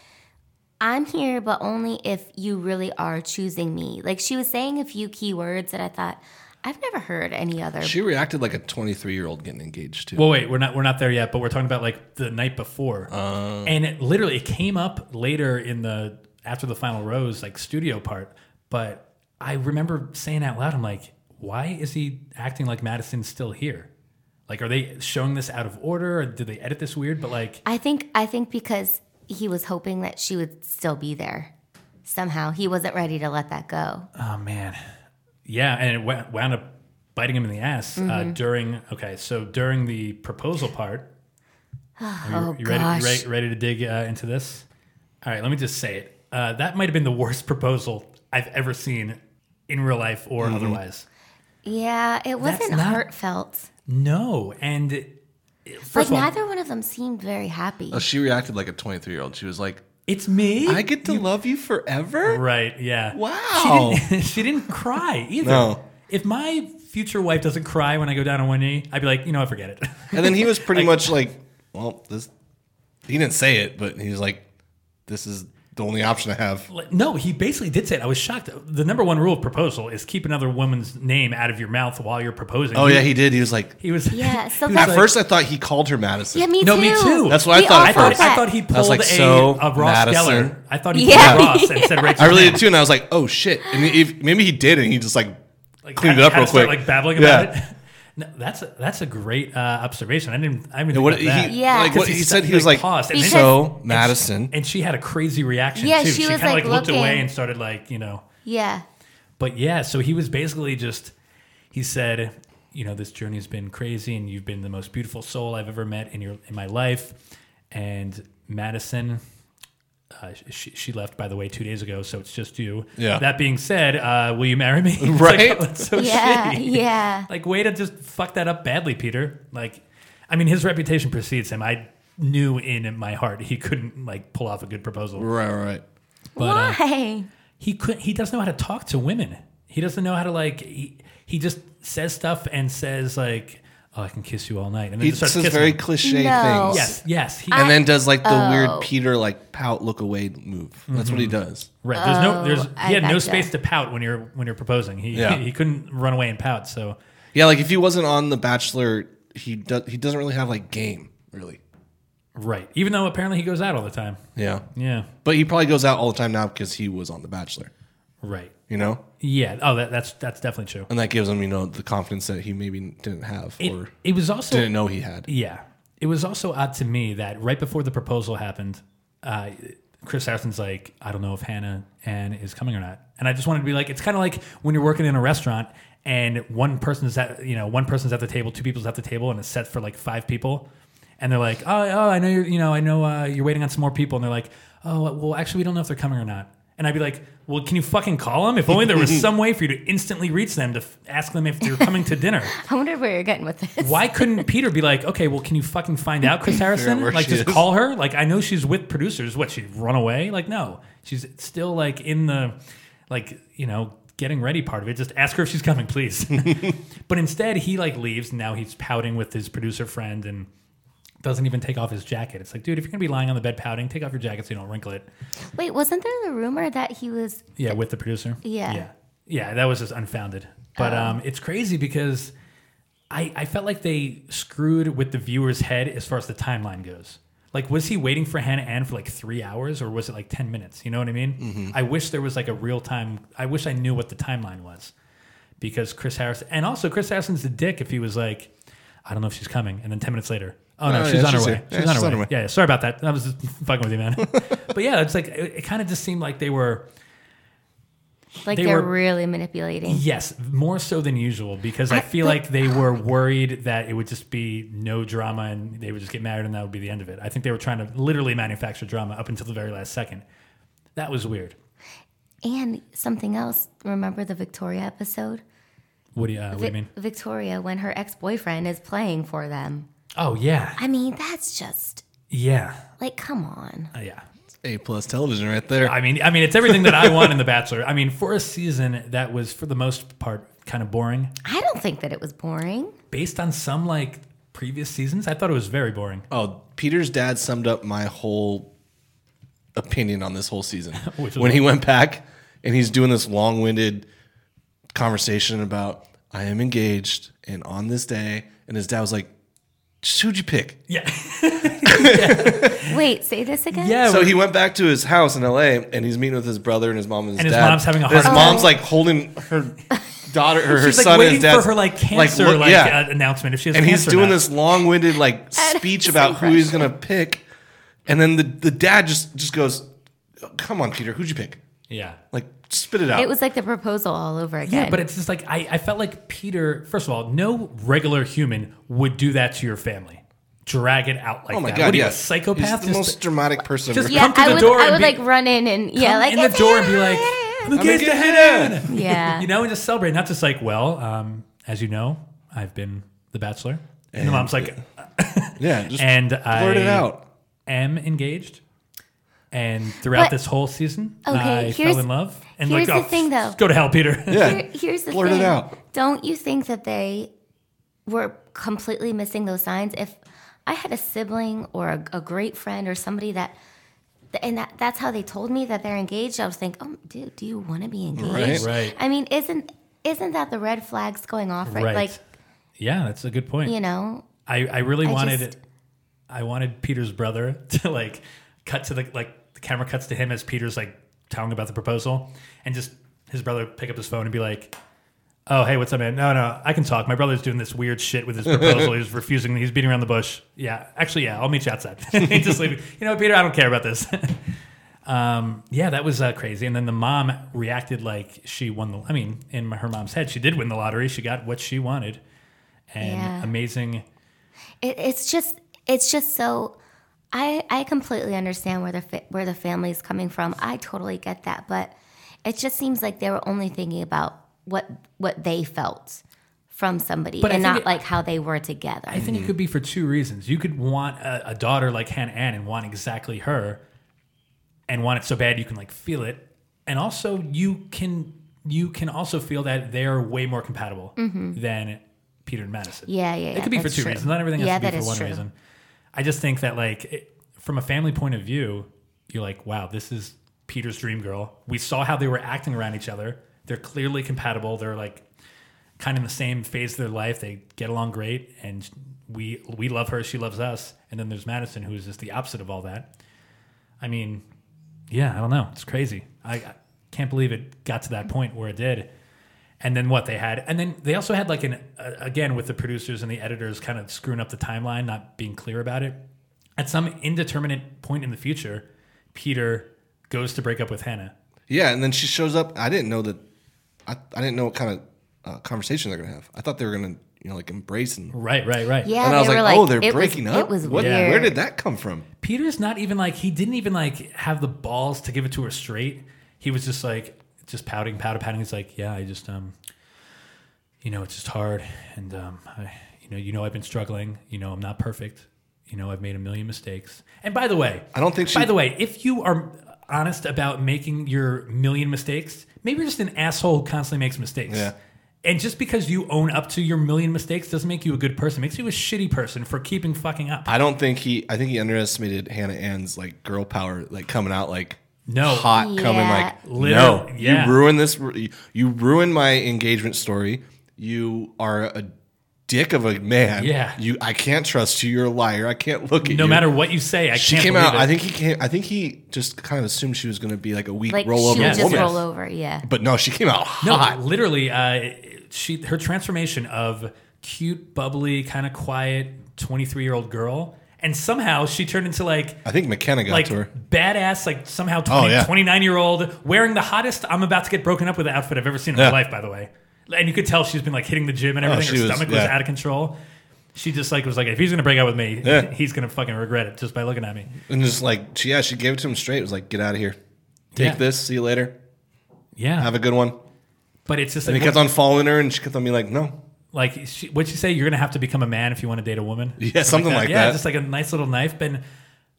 I'm here, but only if you really are choosing me. Like she was saying a few key words that I thought I've never heard any other.
she reacted like a 23 year old getting engaged too.
Well, wait, we're not we're not there yet, but we're talking about like the night before, and it literally it came up later in the after the final rose like studio part. But I remember saying out loud, I'm like, why is he acting like Madison's still here? Like, are they showing this out of order, or did they edit this weird? But like,
I think I think because he was hoping that she would still be there. Somehow he wasn't ready to let that go.
oh man, yeah, and it went, wound up biting him in the ass uh, during. Okay, so during the proposal part,
oh
Uh-huh. You ready,
gosh.
you ready, ready to dig uh, into this? All right, let me just say it. Uh, that might have been the worst proposal I've ever seen in real life or
Mm-hmm.
otherwise.
Yeah, it wasn't
not-
heartfelt.
No, and it-
Like
first of all,
neither one of them seemed very happy.
Oh, she reacted like a 23 year old. She was like,
it's me.
I get to love you forever?
right? Yeah.
Wow.
She didn't, she didn't cry either.
No.
If my future wife doesn't cry when I go down on one knee, I'd be like, you know, what, forget it.
And then he was pretty much like, well, this, he didn't say it, but he was like, this is the only option I have.
Like, No, he basically did say it. I was shocked. The number one rule of proposal is keep another woman's name out of your mouth while you're proposing.
Oh yeah, he did. He was like,
he was.
Yeah, so
he was
that's-
at
like-
first I thought he called her Madison.
Yeah, me
No,
too.
me too.
That's what I
We
thought
all
I
at
thought,
first.
I thought he pulled
was like,
a,
so,
a Ross
Madison.
Geller. I thought he pulled
Yeah.
a Ross and said right to
I really
him.
did too, and I was like, oh shit. And if, maybe he did, and he just like
Like,
cleaned
had-
it up
had
real
to start,
quick.
Like babbling
Yeah.
about it. No, that's a, that's a great uh, observation. I didn't. I didn't
And
think
what
about
he,
that.
Yeah.
like, what,
Because
he
he
said,
st-
he was
like,
like,
paused, and
then-
so Madison.
and she had a crazy reaction
Yeah,
too.
she was,
kind of
like,
like, looked away
looking.
and started like you know.
Yeah.
But yeah, so he was basically just he said, you know, this journey has been crazy, and you've been the most beautiful soul I've ever met in your in my life. And Madison, uh, she, she left by the way two days ago, so it's just you.
Yeah.
That being said, uh, will you marry me? It's like,
Right?
oh, that's so
Yeah.
shitty.
Yeah.
Like, way to just fuck that up badly, Peter. Like, I mean, his reputation precedes him. I knew in my heart he couldn't like pull off a good proposal.
Right, right.
uh,
Why?
he could he doesn't know how to talk to women he doesn't know how to like he, he just says stuff and says like oh i can kiss you all night and then
He
just starts
says
kissing
very
them.
cliche
No.
things.
yes yes he,
And then does like the
Oh.
weird Peter like pout look away move. That's what he does.
right there's no there's
I
he had no
gotcha.
space to pout when you're when you're proposing he,
Yeah.
he he couldn't run away and pout so
Yeah, like if he wasn't on The Bachelor, he does he doesn't really have like game, really.
right even though apparently he goes out all the time
Yeah.
yeah
But he probably goes out all the time now because he was on The Bachelor,
right
you know?
yeah oh that, that's that's definitely true
And that gives him, you know, the confidence that he maybe didn't have
it,
or
it was also
didn't know he had.
Yeah. It was also odd to me that right before the proposal happened, uh, Chris Harrison's like, I don't know if Hannah Ann is coming or not. And I just wanted to be like, it's kind of like when you're working in a restaurant and one person's at, you know, one person's at the table, two people's at the table, and it's set for like five people. And they're like, oh, oh I know you're, you know, I know uh, you're waiting on some more people. And they're like, oh, well, actually, we don't know if they're coming or not. And I'd be like, well, can you fucking call them? If only there was some way for you to instantly reach them to f- ask them if they're coming to dinner.
I wonder where you're getting with this.
Why couldn't Peter be like, okay, well, can you fucking find out, Chris Harrison?
where
Like,
she
just
is.
call her. Like, I know she's with producers. What? She run away? Like, no, she's still like in the, like, you know, getting ready part of it. Just ask her if she's coming, please. but instead, he like leaves. And now he's pouting with his producer friend and doesn't even take off his jacket. It's like, dude, if you're gonna be lying on the bed pouting, take off your jacket so you don't wrinkle it.
Wait, wasn't there the rumor that he was?
Yeah, with the producer.
Yeah.
Yeah. Yeah, that was just unfounded. But um, it's crazy because I, I felt like they screwed with the viewer's head as far as the timeline goes. Like, was he waiting for Hannah Ann for like three hours or was it like 10 minutes? You know what I mean? I wish there was like a real time, I wish I knew what the timeline was because Chris Harrison, and also Chris Harrison's a dick if he was like, I don't know if she's coming. And then 10 minutes later, oh no,
Oh,
she's,
yeah,
on her
she's
way.
here.
She's,
Yeah,
on, her way. Yeah, yeah, sorry about that. I was just fucking with you, man. but yeah, it's like, it, it kind of just seemed like they were.
Like
They
they are
were-
really manipulating.
Yes, more so than usual because I
I-
feel
but-
like they were worried that it would just be no drama and they would just get married and that would be the end of it. I think they were trying to literally manufacture drama up until the very last second. That was weird.
And something else. Remember the Victoria episode?
What do you, uh, what do you
Vi-
mean?
Victoria, when her ex-boyfriend is playing for them.
Oh yeah,
I mean, that's just
yeah,
like, come on.
Uh, yeah.
A plus television right there.
I mean, I mean, it's everything that I want in The Bachelor. I mean, for a season that was for the most part kind of boring.
I don't think that it was boring.
Based on some like previous seasons, I thought it was very boring.
Oh, Peter's dad summed up my whole opinion on this whole season.
Which is
when he went back and he's doing this long winded conversation about, I am engaged and on this day. And his dad was like, "Just who'd you pick?
Yeah,
Wait, say this again.
yeah.
So he went back to his house in LA and he's meeting with his brother and his mom and his
And his
dad.
mom's having a
And his
heart attack.
mom's like holding her daughter or her
She's like
son and
waiting
his dad.
for her like cancer like,
look- yeah.
uh, announcement if she has
and he's
cancer or
doing
not.
this long-winded like speech
It's
about who he's
incredible.
gonna pick, and then the, the dad just just goes, "Oh, "Come on, Peter, who'd you pick?
Yeah.
Like, spit it out."
It was like the proposal all over again.
Yeah, but it's just like I, I felt like Peter. First of all, no regular human would do that to your family. Drag it out like
oh my
that.
god,
what are you,
yeah.
a psychopath?
He's the
Just
most dramatic person.
just-
I've ever-
yeah,
come to
I
the
would,
door
I
and
would
be-
like run in and yeah,
come
like
in the
"It's
door and be
Hannah."
like, "I'm
I'm gonna
engaged to
get
Hannah."
Hannah.
yeah,
You know, and just celebrate, not just like, well, um, as you know, I've been the bachelor, and, the mom's like,
Yeah, just
and
blurt
I
it out.
am engaged. And throughout
But-
this whole season,
Okay,
I
here's-
fell in love. And
here's
like,
the
oh,
thing, though.
go to hell, Peter.
Yeah,
Here- here's the
blurt it
thing.
out.
Don't you think that they were completely missing those signs? If I had a sibling or a, a great friend or somebody that th- and that, that's how they told me that they're engaged. I was like, oh, dude, do you want to be engaged?
Right.
I mean, isn't isn't that the red flags going off? Right.
Right.
Like,
yeah, that's a good point.
you know,
I, I really
I
wanted
just-
I wanted Peter's brother to like cut to the like the camera cuts to him as Peter's like telling about the proposal and just his brother pick up his phone and be like Oh hey, what's up, man? No, no, I can talk. My brother's doing this weird shit with his proposal. he's refusing. He's beating around the bush. Yeah, actually, yeah, I'll meet you outside. He's just leaving. You know, Peter, I don't care about this. um, yeah, that was uh, crazy. And then the mom reacted like she won the. I mean, in her mom's head, she did win the lottery. She got what she wanted, and
Yeah.
amazing.
it, it's just it's just so I I completely understand where the fa- where the family's coming from. I totally get that, but it just seems like they were only thinking about what what they felt from somebody
But I
and
think
not
it-
like how they were together.
I think it could be for two reasons. You could want a, a daughter like Hannah Ann and want exactly her, and want it so bad you can like feel it, and also you can you can also feel that they're way more compatible than Peter and Madison.
yeah, yeah, yeah.
it could be for
that's
two
true.
reasons. Not everything has
yeah,
to
that
be for
is
one
true.
reason. I just think that like it, from a family point of view, you're like, wow, this is Peter's dream girl. We saw how they were acting around each other. They're clearly compatible. They're like kind of in the same phase of their life. They get along great, and we we love her. She loves us. And then there's Madison, who is just the opposite of all that. I mean, yeah, I don't know. It's crazy. I, I can't believe it got to that point where it did. And then what they had, and then they also had like an uh, again with the producers and the editors kind of screwing up the timeline, not being clear about it. At some indeterminate point in the future, Peter goes to break up with Hannah.
Yeah, and then she shows up. I didn't know that. I, I didn't know what kind of uh, conversation they're gonna have. I thought they were gonna you know like embrace and.
Right, right, right.
Yeah,
and I was
they
like,
were
oh, they're
it was-
breaking up.
It was
What-
weird.
Where did that come from?
Peter's not even like he didn't even like have the balls to give it to her straight. He was just like just pouting, pouting, pouting. He's like, yeah, I just um, you know, it's just hard, and um, I, you know, you know, I've been struggling. You know, I'm not perfect. You know, I've made a million mistakes. And by the way,
I don't think she-
By the way, if you are honest about making your million mistakes, maybe you're just an asshole who constantly makes mistakes.
Yeah.
And just because you own up to your million mistakes doesn't make you a good person. It makes you a shitty person for keeping fucking up.
I don't think he. I think he underestimated Hannah Ann's like girl power, like coming out like
No.
hot, coming
Yeah.
like
Literally,
no.
yeah.
You ruined this. You ruined my engagement story. You are a dick of a man.
Yeah.
You. I can't trust you. You're a liar. I can't look at you.
No matter what you say, I
She
can't
came
believe
out.
it.
I think he came. I think he just kind of assumed she was going to be like a weak
Like she
rollover
would just
woman.
roll over. Yeah,
But no, she came out
no,
hot.
literally, uh, she her transformation of cute, bubbly, kind of quiet, twenty three year old girl, and somehow she turned into like
I think McKenna got
like
to her.
badass, like somehow 20,
Oh, yeah.
29 year old wearing the hottest. I'm about to get broken up with outfit I've ever seen in
Yeah. Oh,
my life, by the way. And you could tell she's been like hitting the gym and everything.
she
her
was-
stomach was
yeah.
out of control. She just like was like, if he's gonna break up with me,
Yeah.
he's gonna fucking regret it just by looking at me.
And just like, she, yeah, she gave it to him straight. It was like, get out of here. Take
Yeah.
this. See you later.
Yeah,
Have a good one.
but it's just
And
like,
he kept on following her, and she kept on being like, no.
like she, what'd she say? You're gonna have to become a man if you want to date a woman.
Yeah, something like
yeah,
that.
just like a nice little knife. Been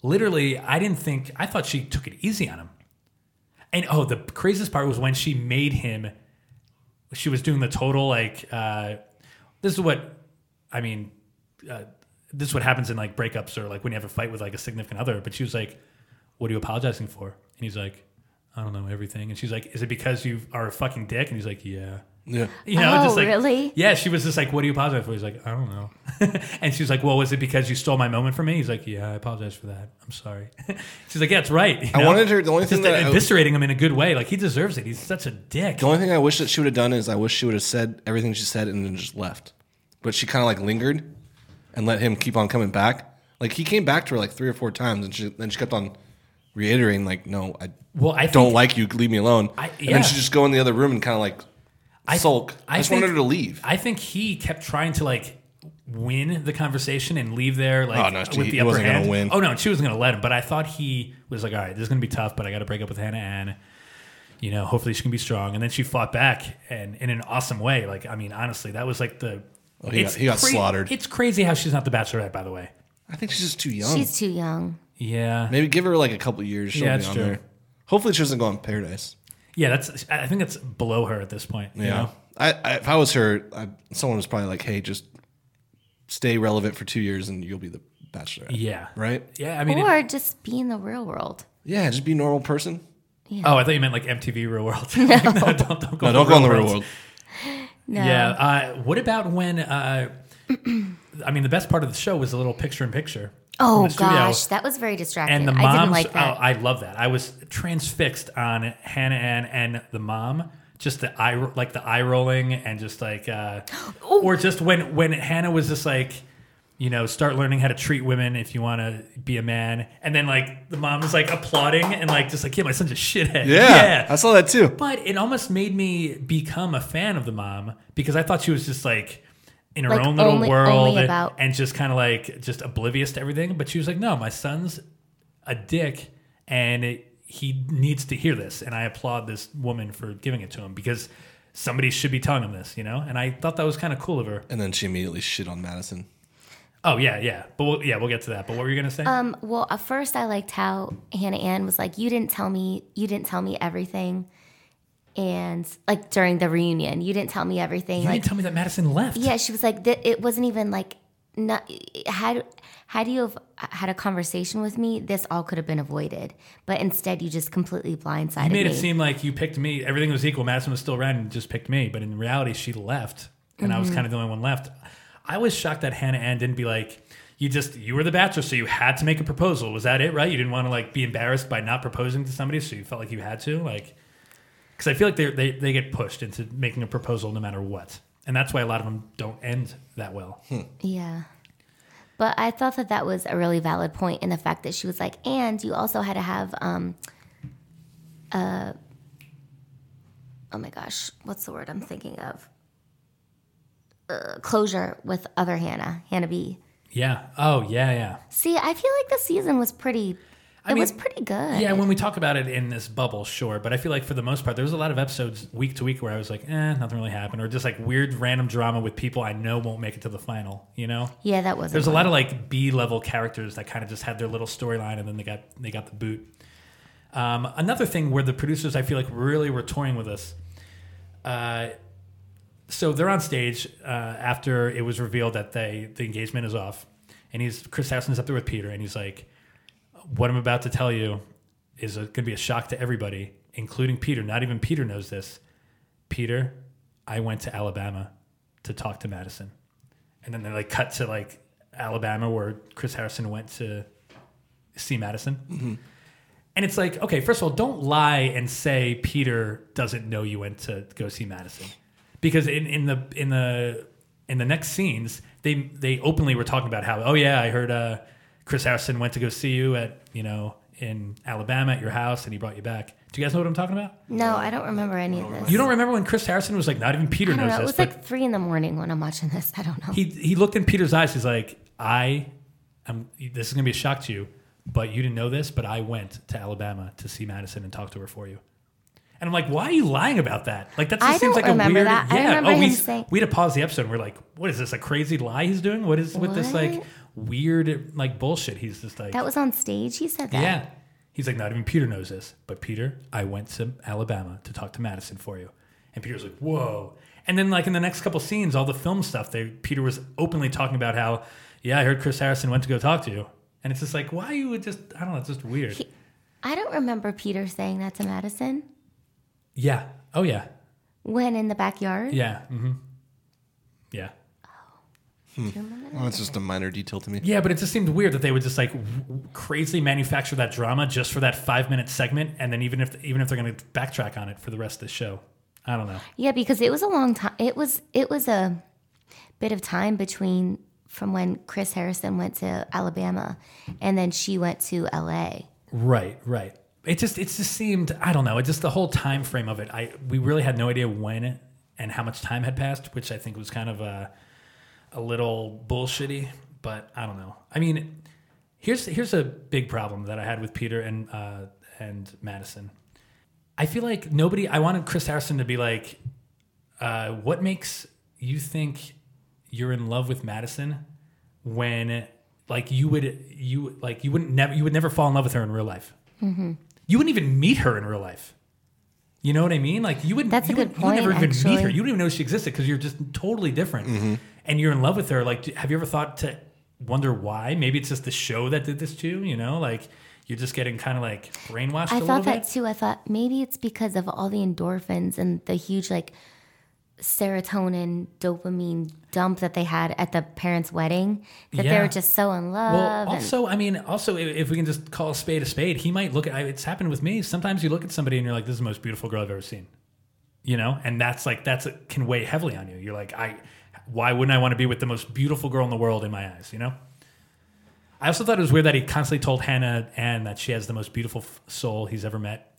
literally, I didn't think. I thought she took it easy on him. And oh, the craziest part was when she made him. She was doing the total like. Uh, this is what, I mean, uh, this is what happens in like breakups or like when you have a fight with like a significant other. But she was like, "What are you apologizing for?" And he's like, "I don't know everything." And she's like, "Is it because you are a fucking dick?" And he's like, "Yeah."
Yeah.
You know,
Oh,
just like,
really?
Yeah, she was just like, "What do you apologize for?" He's like, "I don't know," and she's like, "Well, was it because you stole my moment from me?" He's like, "Yeah, I apologize for that. I'm sorry." she's like, "Yeah, it's right." you
I
know?
wanted her. The only
just
thing that I,
eviscerating him in a good way. Like he deserves it. He's such a dick.
the only thing I wish that she would have done is I wish she would have said everything she said and then just left. But she kind of like lingered and let him keep on coming back. Like he came back to her like three or four times, and she then she kept on reiterating like, "No, I
Well, I think,
don't like you. Leave me alone."
I-
And
yeah.
then she just go in the other room and kind of like sulk.
I
I, just
think-
wanted her to leave.
I think he kept trying to like win the conversation and leave there like
Oh, no, she-
with the
he
upper
wasn't gonna
hand.
win.
Oh no, she wasn't gonna let him. But I thought he was like, all right, this is gonna be tough, but I got to break up with Hannah Ann. You know, hopefully she can be strong. And then she fought back and in an awesome way. Like, I mean, honestly, that was like the.
he
it's
got- he got slaughtered.
It's crazy how she's not the Bachelorette, by the way.
I think she's just too young.
she's too young.
Yeah,
Maybe give her like a couple years. She'll
Yeah,
be
that's
on
true.
there. Hopefully, she doesn't go on Paradise.
yeah. That's. I I think that's below her at this point. you know?
I, I, if I was her, I, someone was probably like, "Hey, just stay relevant for two years, and you'll be the bachelorette.
Yeah.
Right?
Yeah. I mean, it-
or just be in the real world.
Yeah, just be a normal person.
oh, I thought you meant like MTV Real World. Like, no, don't, don't go,
No,
on
don't go in the real
Worlds.
world.
No.
Yeah. Uh, what about when? Uh, I mean, the best part of the show was the little picture in picture.
Oh
the studio.
gosh, that was very distracting.
And the
I
moms,
didn't like that.
Oh, I love that. I was transfixed on Hannah Ann and the mom. Just the eye, ro- like the eye rolling, and just like, uh, or just when when Hannah was just like, you know, start learning how to treat women if you want to be a man, and then like the mom was like applauding and like just like, yeah, my son's a shithead.
Yeah, I saw that too.
But it almost made me become a fan of the mom because I thought she was just like in her
Like,
own little
only-
world
only
and,
about-
and just kind of like just oblivious to everything. But she was like, no, my son's a dick and it, he needs to hear this. And I applaud this woman for giving it to him because somebody should be telling him this, you know? And I thought that was kind of cool of her.
And then she immediately shit on Madison.
Oh, yeah, yeah. But we'll, yeah, we'll get to that. But what were you going to say?
Um, well, at first I liked how Hannah Ann was like, "You didn't tell me. You didn't tell me everything," and like during the reunion, you didn't tell me everything.
you
like,
didn't tell me that Madison left.
yeah, she was like, "Th- "It wasn't even like, not how do- how do you have had a conversation with me? This all could have been avoided, but instead you just completely blindsided
You made
me."
it seem like you picked me. Everything was equal. Madison was still around and just picked me. But in reality, she left, and I was kind of the only one left. I was shocked that Hannah Ann didn't be like, "You just you were the bachelor, so you had to make a proposal. Was that it? Right? You didn't want to like be embarrassed by not proposing to somebody, so you felt like you had to like." Because I feel like they they they get pushed into making a proposal no matter what, and that's why a lot of them don't end that well.
yeah. But I thought that that was a really valid point in the fact that she was like, and you also had to have, um, uh, oh my gosh, what's the word I'm thinking of? Uh, closure with other Hannah, Hannah B.
Yeah. Oh yeah yeah.
See, I feel like the season was pretty. it
mean,
was pretty good.
Yeah, when we talk about it in this bubble, sure. But I feel like for the most part, there was a lot of episodes week to week where I was like, eh, nothing really happened, or just like weird random drama with people I know won't make it to the final. You know,
Yeah, that was.
there's a lot of like B level characters that kind of just had their little storyline, and then they got they got the boot. Um, another thing where the producers, I feel like, really were toying with us. Uh, so they're on stage uh, after it was revealed that they the engagement is off, and he's Chris Harrison's up there with Peter, and he's like, "What I'm about to tell you is going to be a shock to everybody, including Peter. Not even Peter knows this. Peter, I went to Alabama to talk to Madison, and then they like cut to like Alabama where Chris Harrison went to see Madison." And it's like, okay, first of all, don't lie and say Peter doesn't know you went to go see Madison, because in, in the in the in the next scenes, they they openly were talking about how, oh yeah, I heard uh, Chris Harrison went to go see you at you know in Alabama at your house, and he brought you back. Do you guys know what I'm talking about?
no, I don't remember any of this.
You don't remember when Chris Harrison was like, not even Peter
I don't
knows
know. It
this,
was
but
like three in the morning when I'm watching this. I don't know.
he he looked in Peter's eyes. He's like, I, am This is gonna be a shock to you, but you didn't know this. But I went to Alabama to see Madison and talk to her for you. And I'm like, why are you lying about that? Like that just
I
seems
don't
like a
remember
weird.
that. I remember
oh, we,
him saying-
we had to pause the episode. and We're like, what is this? A crazy lie he's doing? What is with this like
What?
weird like bullshit? He's just like,
that was on stage. He said that.
yeah. He's like, not even Peter knows this, but Peter, I went to Alabama to talk to Madison for you. And Peter's like, whoa. And then, like, in the next couple scenes, all the film stuff, they, Peter was openly talking about how, yeah, I heard Chris Harrison went to go talk to you. And it's just like, why you would just, I don't know, it's just weird.
I don't remember Peter saying that to Madison
yeah. Oh, yeah.
when in the backyard.
Yeah. hmm Yeah.
Well, Oh, that's just a minor detail to me.
Yeah, but it just seemed weird that they would just like w- w- crazily manufacture that drama just for that five minute segment, and then even if even if they're going to backtrack on it for the rest of the show, I don't know.
Yeah, because it was a long time. It was it was a bit of time between from when Chris Harrison went to Alabama and then she went to LA.
Right, right. It just it just seemed I don't know. It just the whole time frame of it. I we really had no idea when and how much time had passed, which I think was kind of a a little bullshitty. But I don't know. I mean, here's here's a big problem that I had with Peter and uh, and Madison. I feel like nobody. I wanted Chris Harrison to be like, uh, "What makes you think you're in love with Madison when like you would you like you wouldn't never you would never fall in love with her in real life.
Mm-hmm.
You wouldn't even meet her in real life. You know what I mean? Like you would.
That's a
you would,
good
You would never
point,
even meet her.
actually. Mm-hmm.
You don't even know she existed because you're just totally different, and you're in love with her. Like, do- have you ever thought to wonder why. Maybe it's just the show that did this to you. You know, like you're just getting kind of like brainwashed.
I
a
thought
little
that
bit.
too. I thought maybe it's because of all the endorphins and the huge like serotonin, dopamine dump that they had at the parents' wedding that they
Yeah.
were just so in love.
Well,
and-
also, I mean, also, i- if we can just call a spade a spade, he might look at. I- It's happened with me. Sometimes you look at somebody and you're like, "This is the most beautiful girl I've ever seen," you know, and that's like that's can weigh heavily on you. You're like, I, why wouldn't I want to be with the most beautiful girl in the world in my eyes? You know. I also thought it was weird that he constantly told Hannah Ann that she has the most beautiful f- soul he's ever met,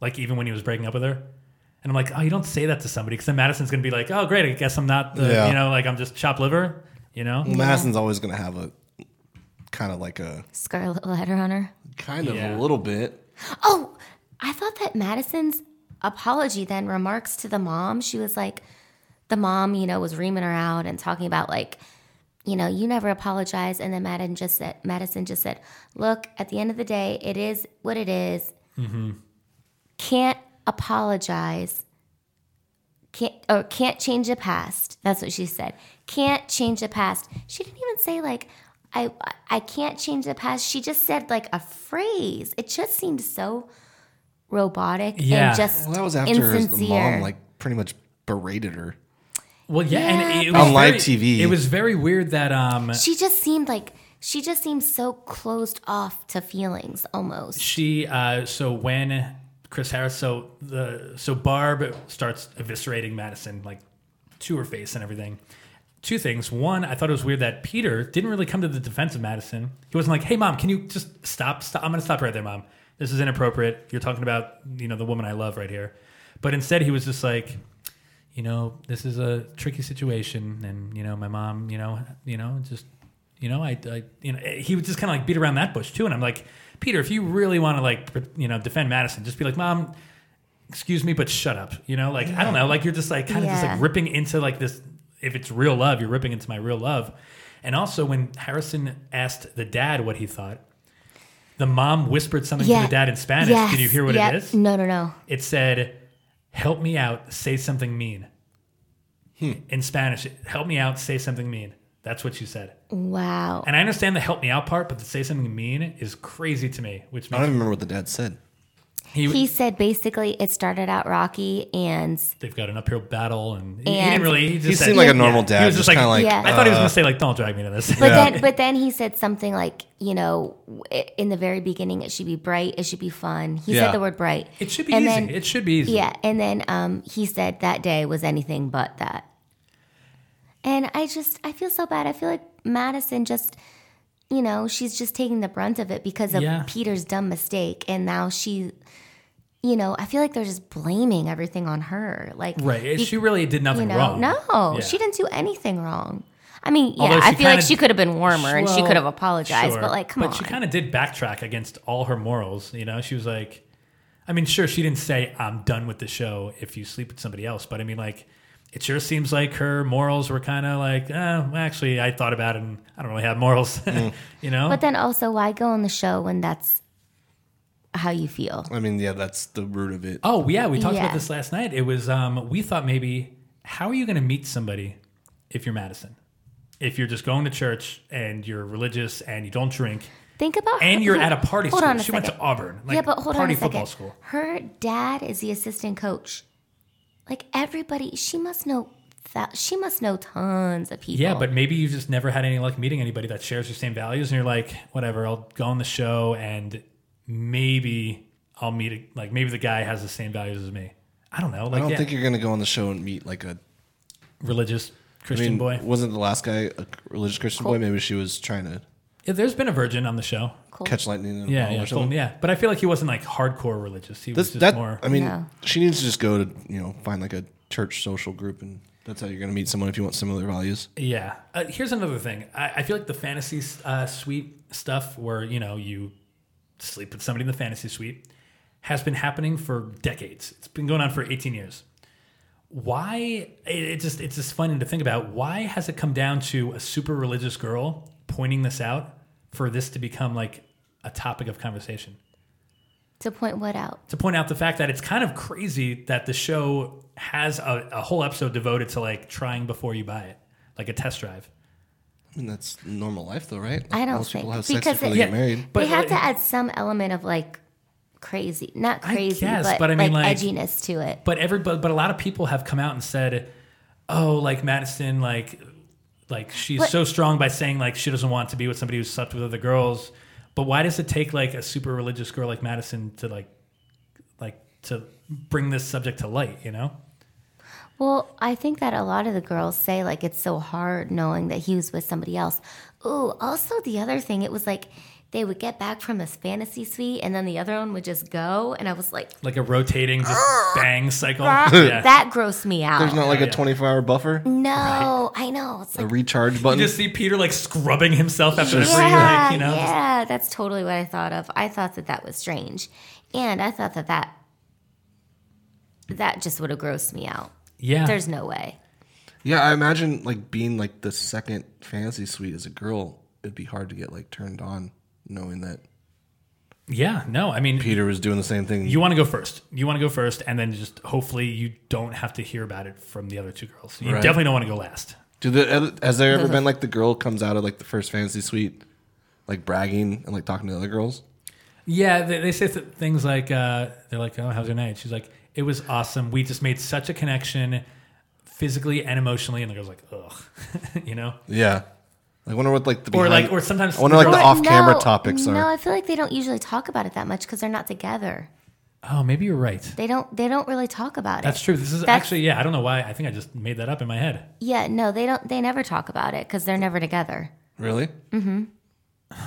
like even when he was breaking up with her. And I'm like, oh, you don't say that to somebody because then Madison's gonna be like, oh, great, I guess I'm not, the,
Yeah.
you know, like I'm just chopped liver, you know.
Madison's always going to have a kind of like a
scarlet letter on her.
kind of
Yeah.
a little bit.
Oh, I thought that Madison's apology then remarks to the mom, she was like, the mom, you know, was reaming her out and talking about like, you know, you never apologize. And then Madison just said, Madison just said, look, at the end of the day, it is what it is. Can't apologize. Can't or can't change the past. That's what she said. Can't change the past. She didn't even say like I I can't change the past. She just said like a phrase. It just seemed so robotic
Yeah.
and just
Well, that was after his the
insincere.
mom like pretty much berated her.
Well, yeah,
Yeah,
and it
but-
was
On live
very-
TV.
It was very weird that um
she just seemed like she just seemed so closed off to feelings almost.
she uh so when Chris Harris so the so Barb starts eviscerating Madison like to her face and everything. Two things. One, I thought it was weird that Peter didn't really come to the defense of Madison. He wasn't like, "Hey, mom, can you just stop? stop I'm going to stop right there, mom. This is inappropriate. You're talking about you know the woman I love right here." But instead, he was just like, you know, this is a tricky situation, and you know, my mom, you know, you know, just, you know, I, I you know, he would just kind of like beat around that bush too, and I'm like, Peter, if you really want to like, pr- you know, defend Madison, just be like, mom, excuse me, but shut up, you know, like I don't know, like you're just like kind of just
Yeah.
like ripping into like this. If it's real love, you're ripping into my real love, and also when Harrison asked the dad what he thought. The mom whispered something to the dad in Spanish. Did you hear what
Yep.
it is?
No, no, no.
it said, "Help me out, say something mean."
Hmm.
In Spanish, "Help me out, say something mean." That's what you said.
Wow.
And I understand the "help me out" part, but the "say something mean" is crazy to me. Which
I don't
means
even remember what the dad said.
he,
He said basically it started out rocky and
they've got an uphill battle, and, he- he
And-
didn't really. He just
He
said,
seemed like a normal
yeah.
dad.
He was just like,
kind of like, uh,
Yeah.
I thought he was gonna say like, "Don't drag me to this."
But
Yeah.
then, but then he said something like, you know, i- in the very beginning, it should be bright, it should be fun. He
Yeah.
said the word bright.
it should be
and
easy.
Then,
it should be easy.
yeah, and then um, he said that day was anything but that. And I just, I feel so bad. I feel like Madison just, you know, she's just taking the brunt of it because of
Yeah.
Peter's dumb mistake, and now she. You know, I feel like they're just blaming everything on her. Like,
Right. It-
be-
she really did
you
nothing
know,
wrong.
no,
Yeah.
she didn't do anything wrong. I mean, yeah,
Although
I
she
feel like
kinda-
she could have been warmer and she
Well,
could have apologized,
sure.
but like, come
but
on.
she kind of did backtrack against all her morals. You know, she was like, I mean, sure, she didn't say I'm done with the show if you sleep with somebody else, but I mean, like, it sure seems like her morals were kind of like, eh, well, actually, I thought about it and I don't really have morals. you know,
but then also, why go on the show when that's how you feel?
I mean, yeah, that's the root of it.
Oh yeah, we talked
Yeah.
about this last night. It was um, we thought maybe how are you going to meet somebody if you're Madison, if you're just going to church and you're religious and you don't drink
Think about
and
her-
you're
who-
at a party
hold
school.
On a
she
second.
went to Auburn, like
yeah, but hold
party
on a second.
football school.
Her dad is the assistant coach. Like everybody, she must know that she must know tons of people.
Yeah, but maybe you've just never had any luck meeting anybody that shares your same values, and you're like, whatever, I'll go on the show, and maybe I'll meet a, like maybe the guy has the same values as me. I don't know, like
I don't
yeah,
think you're going to go on the show and meet like a.
religious
I
Christian
mean,
boy.
wasn't the last guy a religious Christian boy? Maybe she was trying to
Yeah, there's been a virgin on the show.
Cool.
catch lightning in Oh, a
Yeah,
bottle
yeah,
or something.
Colton, yeah. But I feel like he wasn't like hardcore religious. He
This,
was just
that,
more.
I mean,
No.
she needs to just go to you know find like a church social group, and that's how you're going to meet someone if you want similar values.
Yeah. Uh, here's another thing. I, I feel like the fantasy uh, suite stuff, where you know you sleep with somebody in the fantasy suite, has been happening for decades. It's been going on for 18 years. Why? It, it just it's just funny to think about. Why has it come down to a super religious girl pointing this out for this to become like a topic of conversation?
to point what out?
to point out the fact that it's kind of crazy that the show has a, a whole episode devoted to like trying before you buy it, like a test drive.
I mean, that's normal life, though, right?
I don't
Most
think
people have sex
because
before
it-
they
Yeah.
get married.
But uh,
they have
like-
to add some element of like crazy, not
I
crazy,
guess,
but,
but I mean, like-
edginess to it.
but every but, but a lot of people have come out and said, "Oh, like Madison, like like she's
But-
so strong by saying like she doesn't want to be with somebody who's slept with other girls." But why does it take like a super religious girl like Madison to like like to bring this subject to light? You know?
Well, I think that a lot of the girls say like it's so hard knowing that he was with somebody else. Ooh, also the other thing, it was like they would get back from this fantasy suite and then the other one would just go, and I was like,
Like a rotating just bang cycle.
that,
yeah.
Ah. that grossed me out.
There's not like
Oh, yeah.
a 24 hour buffer,
no, I know. It's
a
like,
recharge
you
button.
just see Peter like scrubbing himself after every
yeah,
like you know. just-
yeah, that's totally what I thought of. I thought that that was strange, and I thought that that that just would have grossed me out.
yeah.
There's no way.
yeah, I imagine like being like the second fantasy suite as a girl, it'd be hard to get like turned on knowing that
yeah. No, I mean,
Peter was doing the same thing.
You want to go first. You want to go first, and then just hopefully you don't have to hear about it from the other two girls. You
Right.
definitely don't want to go last.
Do the uh, has there ever been like the girl comes out of like the first fantasy suite, like bragging and like talking to other girls?
Yeah, they, they say th- things like uh, they're like, "Oh, how's your night?" She's like, "It was awesome. We just made such a connection, physically and emotionally." And the girl's like, "Ugh," you know.
Yeah, I wonder what like the
Or
behind-
like, or sometimes
I wonder like the
they're
Or-
off camera
no,
topics
No,
are.
I feel like they don't usually talk about it that much because they're not together.
oh, maybe you're right.
They don't. They don't really talk about
That's
it.
true. This is
That's-
actually, yeah. I don't know why. I think I just made that up in my head.
Yeah. No, they don't. They never talk about it because they're never together.
Really? Mm-hmm.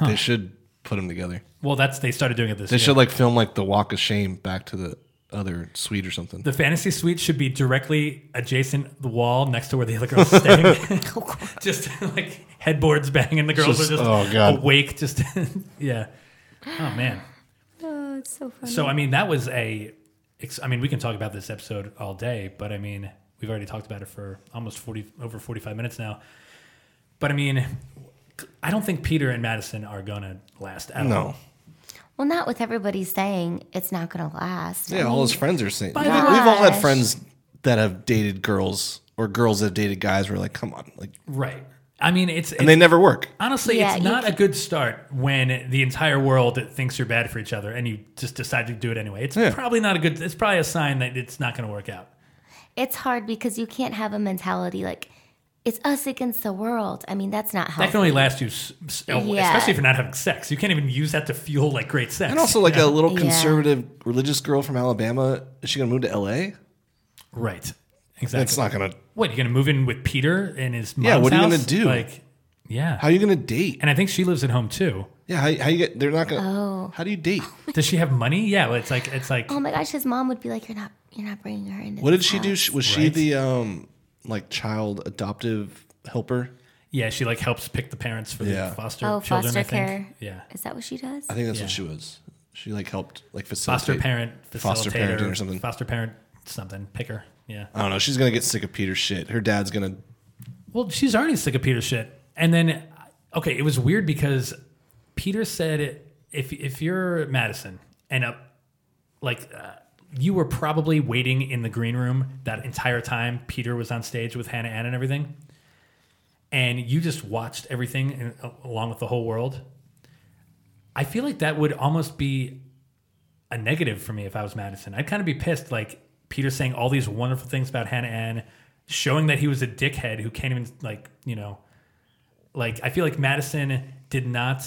They should put them together.
Well, that's they started doing it this.
They
year.
should like film like the walk of shame back to the other suite or something.
The fantasy suite should be directly adjacent the wall next to where the other girls are staying. just like headboards banging, the girls
Just-
are just
oh, God.
awake. Just yeah. Oh man.
Oh, it's so funny.
So I mean, that was a. ex- I mean, we can talk about this episode all day, but I mean, we've already talked about it for almost forty over forty five minutes now. But I mean, I don't think Peter and Madison are gonna last at all.
no.
Well, not with everybody saying it's not going to last.
Yeah, all his friends are saying. We've,
the
we've all had
gosh.
friends that have dated girls or girls that have dated guys. Where like, come on, like,
Right. I mean, it's
and they never work.
Honestly,
Yeah,
it's
you
not a good start when the entire world thinks you're bad for each other and you just decide to do it anyway. It's
Yeah.
probably not a good. It's probably a sign that it's not going to work out.
It's hard because you can't have a mentality like it's us against the world. I mean, that's not
That
healthy.
can only last you, s- s- oh,
Yeah.
especially if you're not having sex. You can't even use that to fuel like great sex.
And also, like a little
Yeah.
conservative religious girl from Alabama, is she gonna move to L.A.?
right, exactly.
uh, That's not gonna.
what you're going to move in with Peter and his mom's
Yeah, what are you gonna
house?
do?
Like, yeah,
How are you gonna date?
and I think she lives at home too.
Yeah, how, how you get? They're not
Oh.
gonna. How do you date?
Does she have money? Yeah, well, it's like it's like
oh my gosh, his mom would be like, "You're not. You're not bringing her into."
What did
this
she do?
house."
She- Was she
Right.
the um like child adoptive helper?
yeah, she like helps pick the parents for
Yeah.
the foster
Oh,
children.
foster
I think.
care.
Yeah,
Is that what she does?
I think that's
Yeah.
what she was. She like helped like facilitate.
foster parent facilitator
Foster parenting or something.
Foster parent something picker. Yeah.
I don't know. She's gonna get sick of Peter's shit. Her dad's gonna.
Well, she's already sick of Peter's shit. And then, okay, it was weird because Peter said, if if you're Madison and up, like. Uh, you were probably waiting in the green room that entire time Peter was on stage with Hannah Ann and everything. And you just watched everything and, along with the whole world. I feel like that would almost be a negative for me if I was Madison. I'd kind of be pissed, like Peter saying all these wonderful things about Hannah Ann, showing that he was a dickhead who can't even like you know, like I feel like Madison did not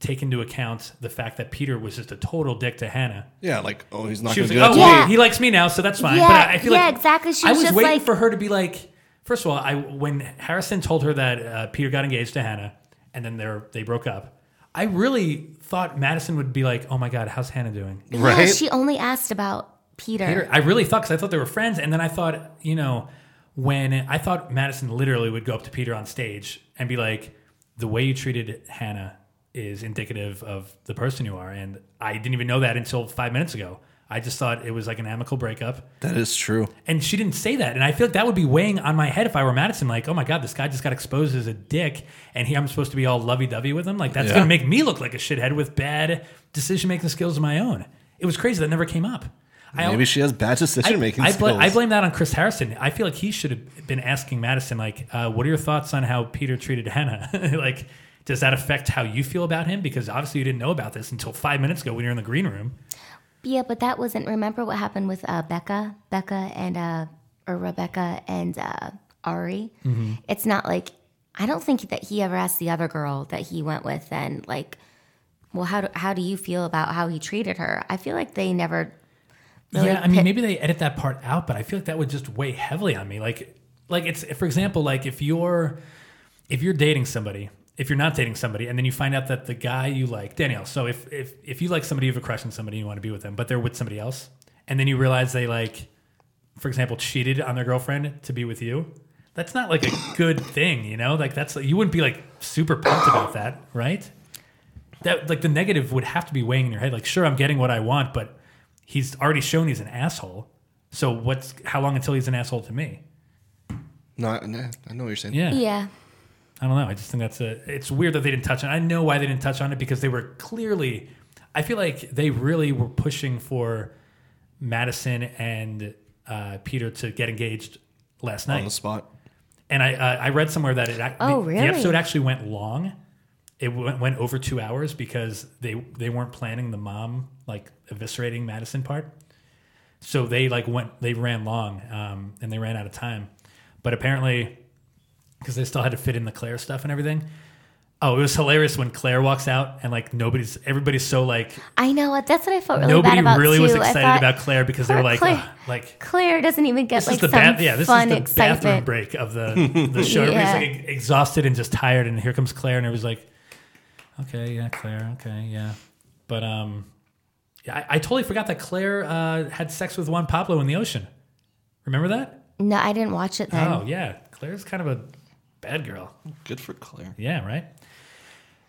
take into account the fact that Peter was just a total dick to Hannah.
Yeah, like oh, he's not
She
gonna
was
do
like,
that
oh,
to
Yeah.
me.
wait, he likes me now, so that's fine.
Yeah,
but I, I feel
yeah,
like
exactly. She
I
was
was
just
waiting
like-
for her to be like. First of all, I when Harrison told her that uh, Peter got engaged to Hannah, and then they are they broke up. I really thought Madison would be like, "Oh my God, how's Hannah doing?"
Yeah,
Right?
she only asked about Peter.
Peter, I really thought because I thought they were friends, and then I thought, you know, when I thought Madison literally would go up to Peter on stage and be like, "The way you treated Hannah is indicative of the person you are," and I didn't even know that until five minutes ago. I just thought it was like an amicable breakup,
That is true.
and she didn't say that, and I feel like that would be weighing on my head if I were Madison. Like, oh my god, this guy just got exposed as a dick, and here I'm supposed to be all lovey-dovey with him. Like, that's
Yeah.
gonna make me look like a shithead with bad decision-making skills of my own. It was crazy that never came up. I,
Maybe she has bad decision making
I,
skills.
bl- I blame that on Chris Harrison. I feel like he should have been asking Madison, like, uh, what are your thoughts on how Peter treated Hannah? like, does that affect how you feel about him? Because obviously you didn't know about this until five minutes ago when you're in the green room.
Yeah, but that wasn't. Remember what happened with uh, Becca, Becca and uh, or Rebecca and uh, Ari.
Mm-hmm.
It's not like I don't think that he ever asked the other girl that he went with then like, well, how do, how do you feel about how he treated her? I feel like they never. really
yeah, I mean,
pit-
maybe they edit that part out, but I feel like that would just weigh heavily on me. Like, like it's for example, like if you're if you're dating somebody, if you're not dating somebody, and then you find out that the guy you like, Danielle. So if if if you like somebody, you have a crush on somebody, and you want to be with them, but they're with somebody else, and then you realize they like, for example, cheated on their girlfriend to be with you. That's not like a good thing, you know. Like that's you wouldn't be like super pumped about that, right? that like the negative would have to be weighing in your head. Like, sure, I'm getting what I want, but he's already shown he's an asshole. So what's how long until he's an asshole to me?
no, I, no, I know what you're saying.
Yeah,
yeah,
I don't know. I just think that's a. It's weird that they didn't touch on. it. I know why they didn't touch on it because they were clearly. I feel like they really were pushing for Madison and uh, Peter to get engaged last night.
On the spot.
and I uh, I read somewhere that it ac-
Oh,
the,
really?
the episode actually went long. It went, went over two hours because they they weren't planning the mom like eviscerating Madison part, so they like went they ran long um, and they ran out of time, but apparently because they still had to fit in the Claire stuff and everything. Oh, it was hilarious when Claire walks out and like nobody's everybody's so like
I know. That's what I felt really
nobody
bad about
really
too.
was
I
excited
thought
about Claire because they were
poor
like
Claire.
"Ugh," like
Claire doesn't even get
this
like
is the
some
bath, yeah, this
fun
is the
excitement.
bathroom break of the, the show.
Yeah.
Everybody's like exhausted and just tired, and here comes Claire, and everybody's like, "Okay, yeah, Claire, okay, yeah." But um, yeah, I, I totally forgot that Claire uh, had sex with Juan Pablo in the ocean. Remember that?
No, I didn't watch it then.
Oh yeah, Claire's kind of a bad girl.
Good for Claire.
Yeah, right.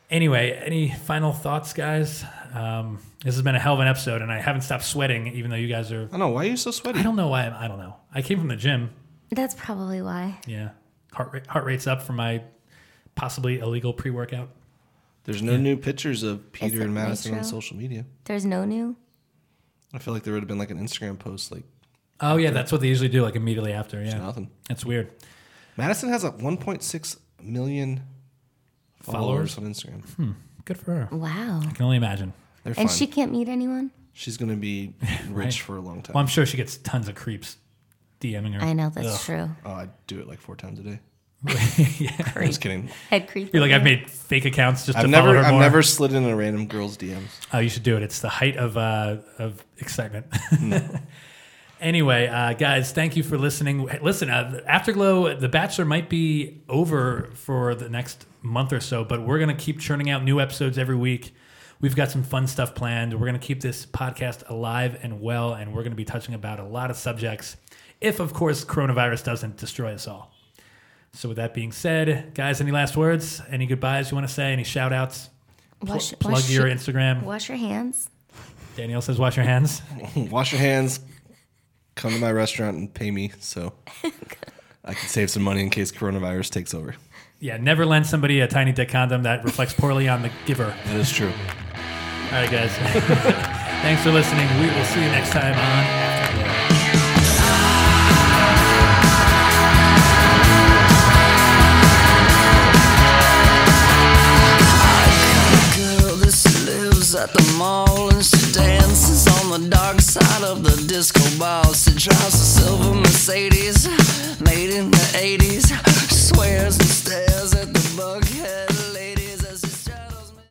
Anyway, any final thoughts, guys? Um, this has been a hell of an episode, and I haven't stopped sweating, even though you guys are.
I don't know. Why are you so sweaty?
I don't know why. I'm, I don't know. I came from the gym.
That's probably why.
Yeah, heart rate, heart rate's up for my possibly illegal pre workout.
There's no new pictures of Peter
it
and Madison on
nitro?
social media.
There's no new.
I feel like there would have been like an Instagram post, like
Oh yeah, that's what they usually do, like immediately after. Yeah,
nothing.
that's weird.
Madison has like 1.6 million followers, on Instagram.
Hmm. Good for her. I
Wow.
can only imagine.
They're fine.
And she can't meet anyone.
She's gonna be rich for a long time.
Well, I'm sure she gets tons of creeps DMing her.
I know that's true.
Oh, I do it like four times a day.
yeah.
I'm just kidding.
Head creep.
You're like I've made fake accounts just to
I've
follow
never,
her
I've
more.
never slid in a random girl's DMs.
Oh, you should do it. It's the height of uh, of excitement. anyway, uh, guys, thank you for listening. Listen, uh, Afterglow, The Bachelor might be over for the next month or so, but we're gonna keep churning out new episodes every week. We've got some fun stuff planned. We're gonna keep this podcast alive and well, and we're gonna be touching about a lot of subjects, if of course coronavirus doesn't destroy us all. So, with that being said, guys, any last words? Any goodbyes you want to say? Any shout outs?
Wash,
Plug
wash
your
your-
Instagram.
wash your hands.
Danielle says, wash your hands.
Wash your hands. Come to my restaurant and pay me so I can save some money in case coronavirus takes over.
Yeah, never lend somebody a tiny dick condom. That reflects poorly on the giver.
That is true.
All right, guys. Thanks for listening. We will see you next time on Afterglow.
girl that she lives at the mall and she dances on the dark side of the disco ball. She drives a silver Mercedes made in the 80s, swears and stares at the bughead.